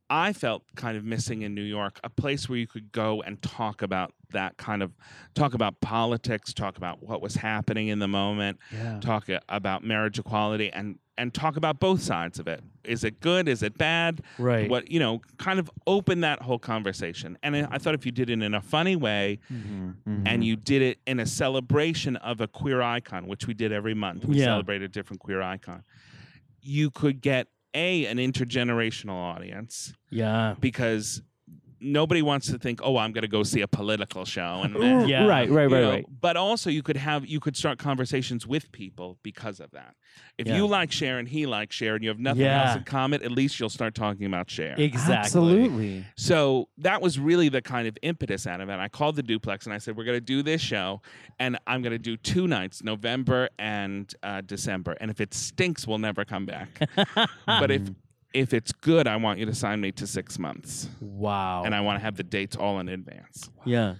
Speaker 5: I felt kind of missing in New York a place where you could go and talk about that kind of talk about politics, talk about what was happening in the moment,
Speaker 6: Uh-huh. Yeah.
Speaker 5: talk a- about marriage equality and and talk about both sides of it. Is it good? Is it bad?
Speaker 6: Right.
Speaker 5: What you know, kind of open that whole conversation. And I I thought if you did it in a funny way Mm-hmm.
Speaker 6: Mm-hmm.
Speaker 4: Mm-hmm.
Speaker 5: and you did it in a celebration of a queer icon, which we did every month, we
Speaker 4: Yeah.
Speaker 5: celebrate a different queer icon. You could get a an intergenerational audience
Speaker 4: Yeah.
Speaker 5: because nobody wants to think, oh, I'm going to go see a political show and
Speaker 4: Yeah.
Speaker 6: Right, right,
Speaker 5: you
Speaker 6: right,
Speaker 5: know,
Speaker 6: right.
Speaker 5: But also, you could have you could start conversations with people because of that. If
Speaker 4: Yeah.
Speaker 5: you like Cher and he likes Cher, and you have nothing
Speaker 4: Yeah.
Speaker 5: else in common, at least you'll start talking about Cher.
Speaker 4: Exactly.
Speaker 6: Absolutely.
Speaker 5: so that was really the kind of impetus out of it. I called the duplex and I said, "We're going to do this show, and I'm going to do two nights, November and uh, December. And if it stinks, we'll never come
Speaker 6: (laughs)
Speaker 5: back. but if if it's good, I want you to sign me to six months,
Speaker 4: Wow.
Speaker 6: Oh.
Speaker 5: and I want to have the dates all in advance."
Speaker 4: yeah.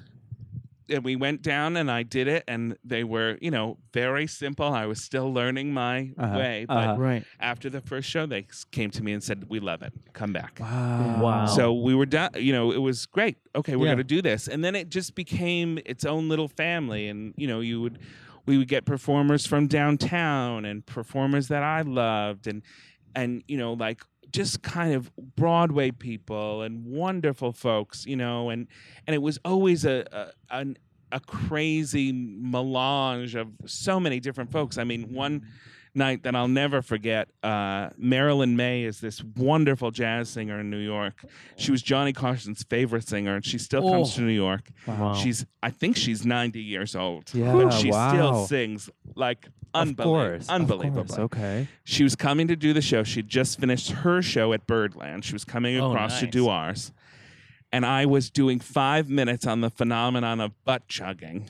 Speaker 5: and we went down and I did it and they were, you know, very simple. I was still learning my
Speaker 6: Uh-huh,
Speaker 5: way, but
Speaker 6: uh-huh.
Speaker 4: Right.
Speaker 5: after the first show they s- came to me and said, "We love it. Come back."
Speaker 6: Wow.
Speaker 4: Wow.
Speaker 5: So we were done, you know, it was great. Okay, we're
Speaker 6: Yeah.
Speaker 5: going to do this. And then it just became its own little family and, you know, you would we would get performers from downtown and performers that I loved and and you know, like just kind of Broadway people and wonderful folks, you know, and and it was always a, a an a crazy melange of so many different folks. I mean, one night that I'll never forget, uh, Marilyn May is this wonderful jazz singer in New York. She was Johnny Carson's favorite singer, and she still comes
Speaker 4: Oh.
Speaker 5: to New York.
Speaker 4: Wow.
Speaker 5: She's, I think she's 90 years old,
Speaker 6: Yeah,
Speaker 5: but she
Speaker 6: wow.
Speaker 5: still sings like
Speaker 6: Of
Speaker 5: unbelie-
Speaker 6: course, of
Speaker 5: unbelievable.
Speaker 6: course, Okay.
Speaker 5: She was coming to do the show. She would just finished her show at Birdland. She was coming
Speaker 4: Oh,
Speaker 5: across to
Speaker 4: nice.
Speaker 5: do ours. And I was doing five minutes on the phenomenon of butt
Speaker 6: (laughs)
Speaker 5: chugging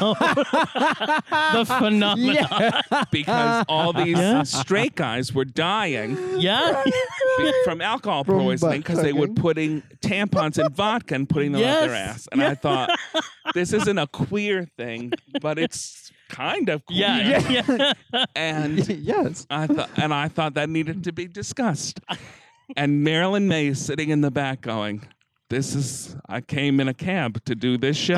Speaker 6: Oh,
Speaker 4: (laughs)
Speaker 5: (laughs)
Speaker 4: the phenomenon.
Speaker 5: because all these straight guys were
Speaker 6: (laughs)
Speaker 5: dying (laughs)
Speaker 4: Yeah.
Speaker 5: be- from alcohol
Speaker 6: From
Speaker 5: poisoning because they were
Speaker 6: butt-chugging.
Speaker 5: putting tampons in vodka and putting them up their
Speaker 4: Yes.
Speaker 5: ass. And
Speaker 4: (laughs)
Speaker 5: I thought, this isn't a queer thing, but it's kind of queer. (laughs)
Speaker 4: Yeah. yeah.
Speaker 5: And
Speaker 6: yes.
Speaker 5: I thought, and I thought that needed to be discussed. And Marilyn May is sitting in the back going, "This is I came in a cab to do this show."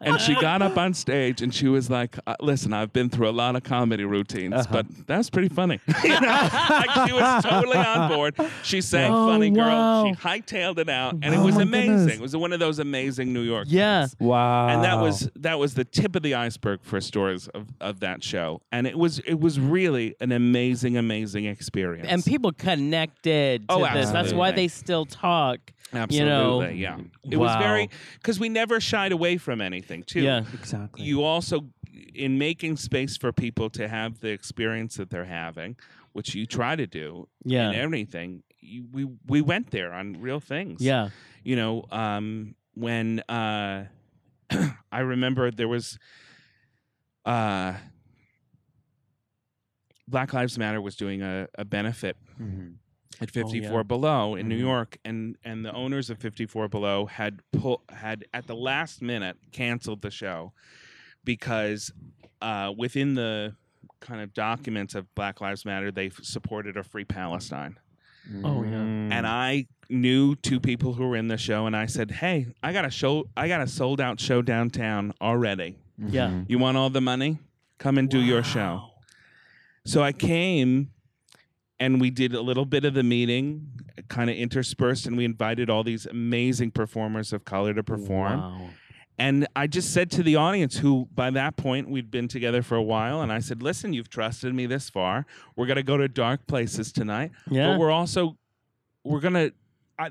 Speaker 5: and she got up on stage and she was like, uh, "Listen, I've been through a lot of comedy routines, but that's pretty funny." (laughs) you know, like she was totally on board. She sang
Speaker 4: Yeah. Oh,
Speaker 5: "Funny Girl,"
Speaker 4: wow.
Speaker 5: she hightailed it out, and it
Speaker 6: Oh
Speaker 5: was
Speaker 6: my
Speaker 5: amazing.
Speaker 6: goodness.
Speaker 5: It was one of those amazing New York.
Speaker 4: Yeah.
Speaker 5: things
Speaker 6: Wow.
Speaker 5: and that was that was the tip of the iceberg for stories of, of that show and it was it was really an amazing amazing experience
Speaker 4: And people connected to
Speaker 5: Oh,
Speaker 4: this. That's why
Speaker 5: absolutely.
Speaker 4: they still talk.
Speaker 5: absolutely
Speaker 4: you know,
Speaker 5: yeah it was
Speaker 4: wow.
Speaker 5: very because we never shied away from anything too
Speaker 4: Yeah.
Speaker 6: exactly.
Speaker 5: you also in making space for people to have the experience that they're having which you try to do
Speaker 4: Yeah.
Speaker 5: in everything you, we we went there on real things
Speaker 4: Yeah.
Speaker 5: you know, um, when uh, (clears throat) I remember there was uh,
Speaker 6: Mm-hmm.
Speaker 5: Black Lives Matter was doing a, a benefit at 54 below in New York and and the owners of 54 below had pull had at the last minute canceled the show because uh, within the kind of documents of Black Lives Matter they f- supported a free Palestine
Speaker 6: Mm-hmm.
Speaker 4: Oh, yeah.
Speaker 5: and I knew two people who were in the show and I said hey I got a show I got a sold out show downtown already
Speaker 4: Yeah.
Speaker 5: you want all the money? Come and do your show. So I came and we did a little bit of the meeting, kind of interspersed, and we invited all these amazing performers of color to perform.
Speaker 4: Wow.
Speaker 5: And I just said to the audience, who by that point we'd been together for a while, and I said, Listen, you've trusted me this far. We're going to go to dark places tonight,
Speaker 4: Yeah.
Speaker 5: but we're also, we're going to,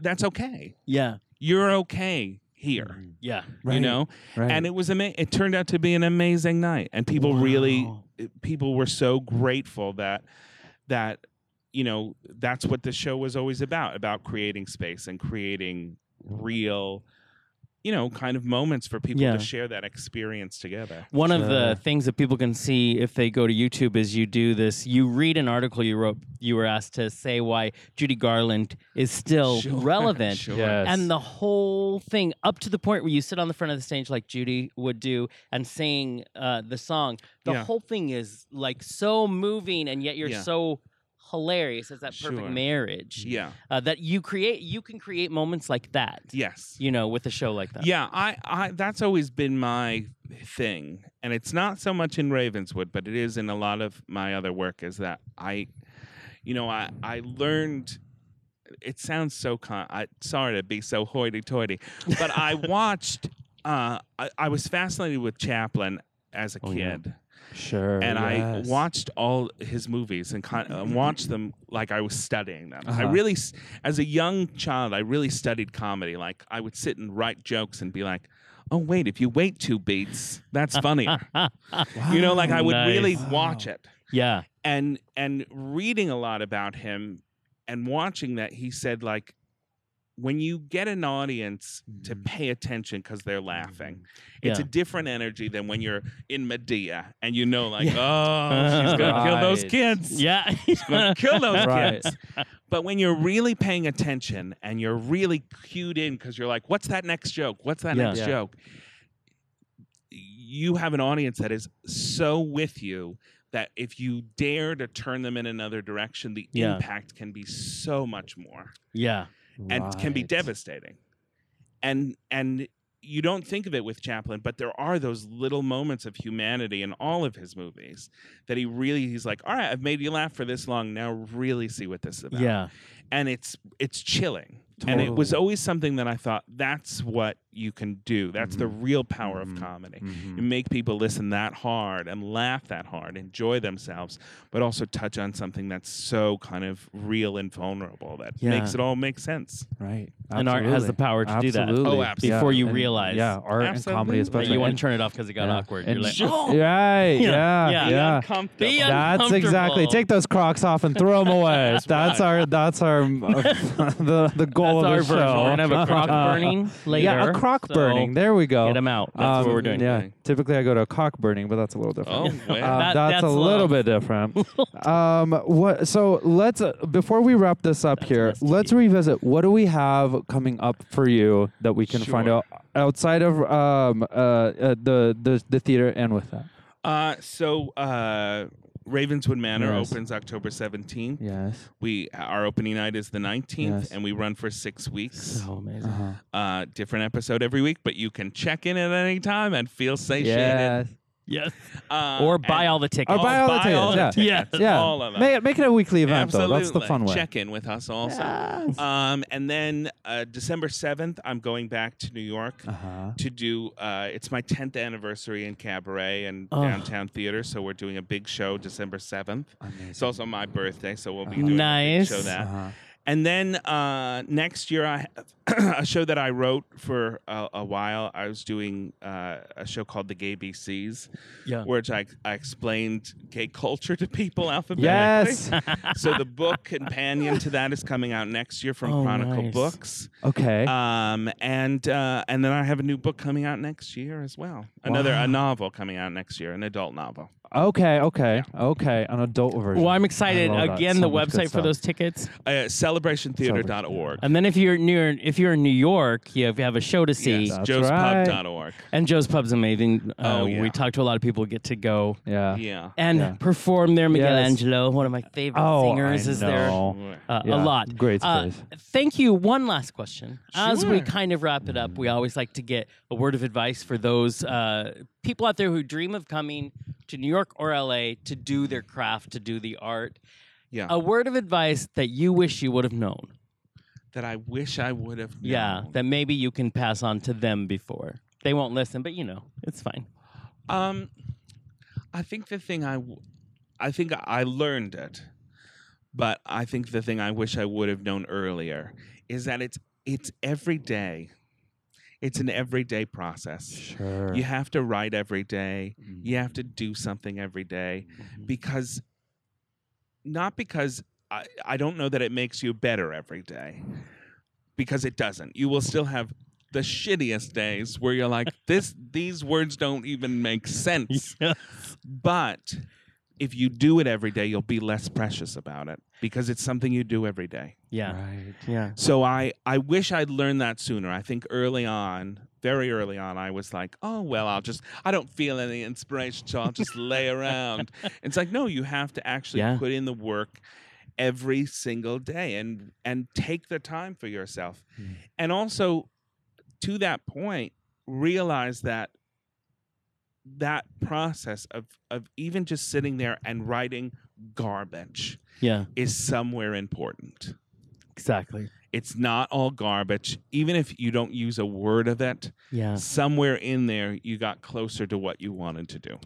Speaker 5: that's okay.
Speaker 4: Yeah.
Speaker 5: You're okay here,
Speaker 4: Yeah.
Speaker 5: you know?
Speaker 6: right.
Speaker 5: and it was ama- it turned out to be an amazing night and people really
Speaker 4: Wow.
Speaker 5: people were so grateful that that you know that's what the show was always about about creating space and creating real you know kind of moments for people
Speaker 4: Yeah.
Speaker 5: to share that experience together
Speaker 4: One of
Speaker 6: Sure.
Speaker 4: the things that people can see if they go to YouTube is you do this. You read an article you wrote. You were asked to say why Judy Garland is still
Speaker 5: Sure, (laughs)
Speaker 4: relevant.
Speaker 5: sure.
Speaker 6: Yes.
Speaker 4: And the whole thing, up to the point where you sit on the front of the stage like Judy would do and sing uh, the song, the
Speaker 5: Yeah.
Speaker 4: whole thing is like so moving, and yet you're
Speaker 5: Yeah.
Speaker 4: so hilarious. It's that perfect
Speaker 5: Sure.
Speaker 4: marriage
Speaker 5: yeah
Speaker 4: uh, that you create. You can create moments like that.
Speaker 5: yes
Speaker 4: You know, with a show like that.
Speaker 5: yeah I, I that's always been my thing and it's not so much in ravenswood but it is in a lot of my other work is that i you know i i learned it sounds so con- I, sorry to be so hoity-toity but i watched uh I, I was fascinated with chaplin as a
Speaker 6: Oh, yeah.
Speaker 5: kid
Speaker 6: sure.
Speaker 5: and
Speaker 6: Oh, yes.
Speaker 5: I watched all his movies and con-
Speaker 6: (laughs)
Speaker 5: uh, watched them like I was studying them. I
Speaker 6: Uh-huh.
Speaker 5: really, s- as a young child, I really studied comedy. Like I would sit and write jokes and be like, "Oh wait, if you wait two beats, that's
Speaker 6: (laughs)
Speaker 4: (laughs)
Speaker 5: funnier." you know, like I would really
Speaker 6: Nice.
Speaker 5: watch
Speaker 6: Wow.
Speaker 5: it
Speaker 4: Yeah.
Speaker 5: and and reading a lot about him and watching that he said like when you get an audience to pay attention because they're laughing, it's
Speaker 4: Mm-hmm. Yeah.
Speaker 5: a different energy than when you're in Medea and you know, like,
Speaker 4: Yeah.
Speaker 5: oh, she's
Speaker 4: (laughs)
Speaker 5: gonna kill those
Speaker 6: Right.
Speaker 5: kids. (laughs)
Speaker 4: Yeah. (laughs)
Speaker 5: Gonna kill those
Speaker 6: Right.
Speaker 5: kids. But when you're really paying attention and you're really cued in because you're like, what's that next joke? What's that
Speaker 4: Yeah.
Speaker 5: next
Speaker 6: Yeah.
Speaker 5: joke? You have an audience that is so with you that if you dare to turn them in another direction, the
Speaker 4: Yeah.
Speaker 5: impact can be so much more
Speaker 4: yeah.
Speaker 5: and can be
Speaker 6: Right.
Speaker 5: devastating. And and you don't think of it with Chaplin, but there are those little moments of humanity in all of his movies that he really he's like, all right, I've made you laugh for this long. Now really see what this is about
Speaker 4: Yeah.
Speaker 5: and it's it's chilling. And it was
Speaker 6: Totally.
Speaker 5: always something that I thought that's what you can do. That's the real power
Speaker 6: Mhm.
Speaker 5: of comedy.
Speaker 6: Mhm.
Speaker 5: You make people listen that hard and laugh that hard, enjoy themselves, but also touch on something that's so kind of real and vulnerable that
Speaker 4: Yeah.
Speaker 5: makes it all make sense.
Speaker 6: Right.
Speaker 4: And art has the
Speaker 6: Absolutely.
Speaker 4: power to do that.
Speaker 6: Absolutely.
Speaker 5: Oh, absolutely.
Speaker 6: Yeah.
Speaker 4: Before you
Speaker 6: And-
Speaker 4: realize
Speaker 6: Yeah, art and comedy
Speaker 5: Absolutely.
Speaker 4: But
Speaker 6: especially.
Speaker 4: you want
Speaker 6: And-
Speaker 4: to turn it off because it got
Speaker 6: yeah.
Speaker 4: awkward.
Speaker 6: And
Speaker 4: You're like,
Speaker 6: sure.
Speaker 4: oh,
Speaker 6: (laughs) Right.
Speaker 4: You know, (laughs)
Speaker 6: Yeah.
Speaker 4: yeah.
Speaker 6: Yeah.
Speaker 5: Uncomfortable.
Speaker 4: be
Speaker 6: That's exactly.
Speaker 4: uncomfortable.
Speaker 5: (laughs)
Speaker 6: Take those Crocs off and throw them away. that's our.
Speaker 4: (laughs)
Speaker 6: That's our. uh, the the goal
Speaker 4: That's our
Speaker 6: of the
Speaker 4: version.
Speaker 6: show.
Speaker 4: We're gonna have a
Speaker 6: (laughs)
Speaker 4: crock burning later.
Speaker 6: yeah, a crock
Speaker 4: so
Speaker 6: burning. There we go.
Speaker 4: Get them out. That's
Speaker 6: Um,
Speaker 4: what we're doing.
Speaker 6: Yeah. Typically, I go to a cock burning, but that's a little different.
Speaker 5: Oh,
Speaker 6: Um,
Speaker 5: well.
Speaker 4: That-
Speaker 6: that's,
Speaker 4: that's a
Speaker 6: a little
Speaker 4: little- (laughs)
Speaker 6: bit different. um, what? So let's uh, before we wrap this up here,
Speaker 4: risky.
Speaker 6: let's revisit. What do we have coming up for you that we can find
Speaker 5: Sure.
Speaker 6: out outside of um, uh, uh, the, the the theater and with that?
Speaker 5: Uh, so uh, Ravenswood Manor
Speaker 6: Yes.
Speaker 5: opens October seventeenth.
Speaker 6: Yes.
Speaker 5: We our opening night is the nineteenth,
Speaker 6: Yes.
Speaker 5: and we run for six weeks.
Speaker 4: So amazing.
Speaker 6: Uh-huh.
Speaker 5: uh, different episode every week, but you can check in at any time and feel satiated.
Speaker 6: Yes.
Speaker 4: Yes.
Speaker 5: Uh,
Speaker 4: Or buy
Speaker 5: and-
Speaker 4: all the tickets.
Speaker 6: Or buy all the tickets, yeah.
Speaker 4: Yes.
Speaker 6: Yeah.
Speaker 5: all of them.
Speaker 6: Make it, make it a weekly event
Speaker 5: Absolutely.
Speaker 6: though. That's the fun way.
Speaker 5: Check in with us also. Um, and then uh, December 7th, I'm going back to New York
Speaker 6: Uh-huh.
Speaker 5: to do uh, it's my 10th anniversary in Cabaret and
Speaker 4: Oh.
Speaker 5: Downtown Theater. So we're doing a big show December 7th. It's
Speaker 6: Amazing.
Speaker 5: also my birthday, so we'll be
Speaker 6: Uh-huh.
Speaker 5: doing
Speaker 4: Oh, Nice.
Speaker 5: a big show that.
Speaker 6: Uh-huh.
Speaker 5: And then uh, next year, I have (clears throat) a show that I wrote for a, a while. I was doing uh, a show called The Gay BCs,
Speaker 4: Yeah.
Speaker 5: which I, I explained gay culture to people alphabetically.
Speaker 6: Yes.
Speaker 5: so the book companion to that is coming out next year
Speaker 4: (laughs)
Speaker 5: from
Speaker 4: Oh,
Speaker 5: Chronicle
Speaker 4: nice.
Speaker 5: Books.
Speaker 6: okay.
Speaker 5: (laughs) Um, and uh, and then I have a new book coming out next year as well. Another
Speaker 6: Wow.
Speaker 5: a novel coming out next year, an adult novel.
Speaker 6: Okay, okay, okay. An adult version.
Speaker 4: Well, I'm excited.
Speaker 6: I love that.
Speaker 4: Again,
Speaker 6: So
Speaker 4: the
Speaker 6: much good
Speaker 4: website for
Speaker 6: stuff.
Speaker 4: those tickets.
Speaker 5: Uh, celebrationtheater.org.
Speaker 4: And then if you're near, if you're in New York, you have, you have a show to see.
Speaker 5: Yes,
Speaker 6: That's right.
Speaker 5: joespub.org.
Speaker 4: And Joe's Pub's amazing. Uh,
Speaker 5: Oh, yeah.
Speaker 4: We talked to a lot of people who get to go
Speaker 6: Yeah.
Speaker 5: Yeah.
Speaker 4: and
Speaker 6: Yeah.
Speaker 4: perform there. Michelangelo, one of my favorite
Speaker 6: Oh,
Speaker 4: singers,
Speaker 6: I
Speaker 4: is there.
Speaker 6: know.
Speaker 4: Uh,
Speaker 6: Yeah,
Speaker 4: A lot.
Speaker 6: great
Speaker 4: Uh,
Speaker 6: space.
Speaker 4: thank you. One last question. As we
Speaker 5: Sure.
Speaker 4: kind of wrap it up, we always like to get a word of advice for those uh, people out there who dream of coming to New York or LA to do their craft, to do the art.
Speaker 5: Yeah.
Speaker 4: A word of advice that you wish you would have known.
Speaker 5: That I wish I would have.
Speaker 4: Yeah,
Speaker 5: known.
Speaker 4: that maybe you can pass on to them before. They won't listen, but you know, it's fine.
Speaker 5: Um, I think the thing I, w- I think I learned it, but I think the thing I wish I would have known earlier is that it's it's every day. It's an everyday process.
Speaker 6: Sure.
Speaker 5: You have to write every day. You have to do something every day because, not because I, I don't know that it makes you better every day, because it doesn't. You will still have the shittiest days where you're like, this, these words don't even make sense. But if you do it every day, you'll be less precious about it because it's something you do every day.
Speaker 4: Yeah.
Speaker 6: Right.
Speaker 4: Yeah.
Speaker 5: So I, I wish I'd learned that sooner. I think early on, very early on, I was like, oh, well, I'll just, I don't feel any inspiration, so I'll just lay around. It's like, no, you have to actually
Speaker 4: Yeah.
Speaker 5: put in the work every single day and and take the time for yourself.
Speaker 6: Mm.
Speaker 5: And also to that point, realize that that process of of even just sitting there and writing garbage
Speaker 4: Yeah.
Speaker 5: is somewhere important
Speaker 4: Exactly.
Speaker 5: it's not all garbage even if you don't use a word of it
Speaker 4: Yeah.
Speaker 5: somewhere in there you got closer to what you wanted to do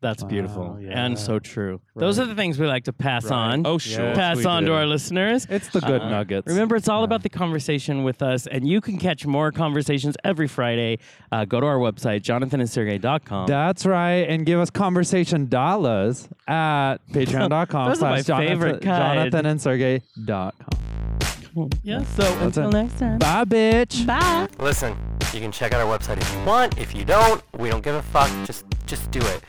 Speaker 4: That's
Speaker 6: Wow,
Speaker 4: beautiful
Speaker 6: yeah.
Speaker 4: and so true. Those are the things we like to pass
Speaker 6: Right.
Speaker 4: on.
Speaker 5: oh sure
Speaker 6: Yeah.
Speaker 4: pass
Speaker 6: we
Speaker 4: on
Speaker 6: do.
Speaker 4: to our listeners.
Speaker 6: It's the good
Speaker 5: Uh-huh.
Speaker 4: Uh,
Speaker 6: nuggets.
Speaker 4: Remember, it's all
Speaker 6: Yeah.
Speaker 4: about the conversation with us, and you can catch more conversations every Friday. Uh, go to our website, jonathanandsergey.com.
Speaker 6: That's right. And give us conversation dollars
Speaker 4: (laughs)
Speaker 6: at patreon.com
Speaker 4: Those are my
Speaker 6: slash Jonathan,
Speaker 4: favorite kind.
Speaker 6: Jonathan and Sergey.com.
Speaker 4: yeah, so
Speaker 6: That's
Speaker 4: until
Speaker 6: it.
Speaker 4: next time.
Speaker 6: Bye, bitch.
Speaker 4: Bye.
Speaker 2: Listen, you can check out our website if you want. If you don't, we don't give a fuck. Just just do it.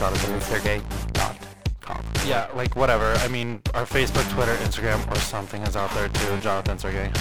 Speaker 2: JonathanandSergey.com. Yeah, like whatever. I mean, our Facebook, Twitter, Instagram, or something is out there too. Jonathan Sergey.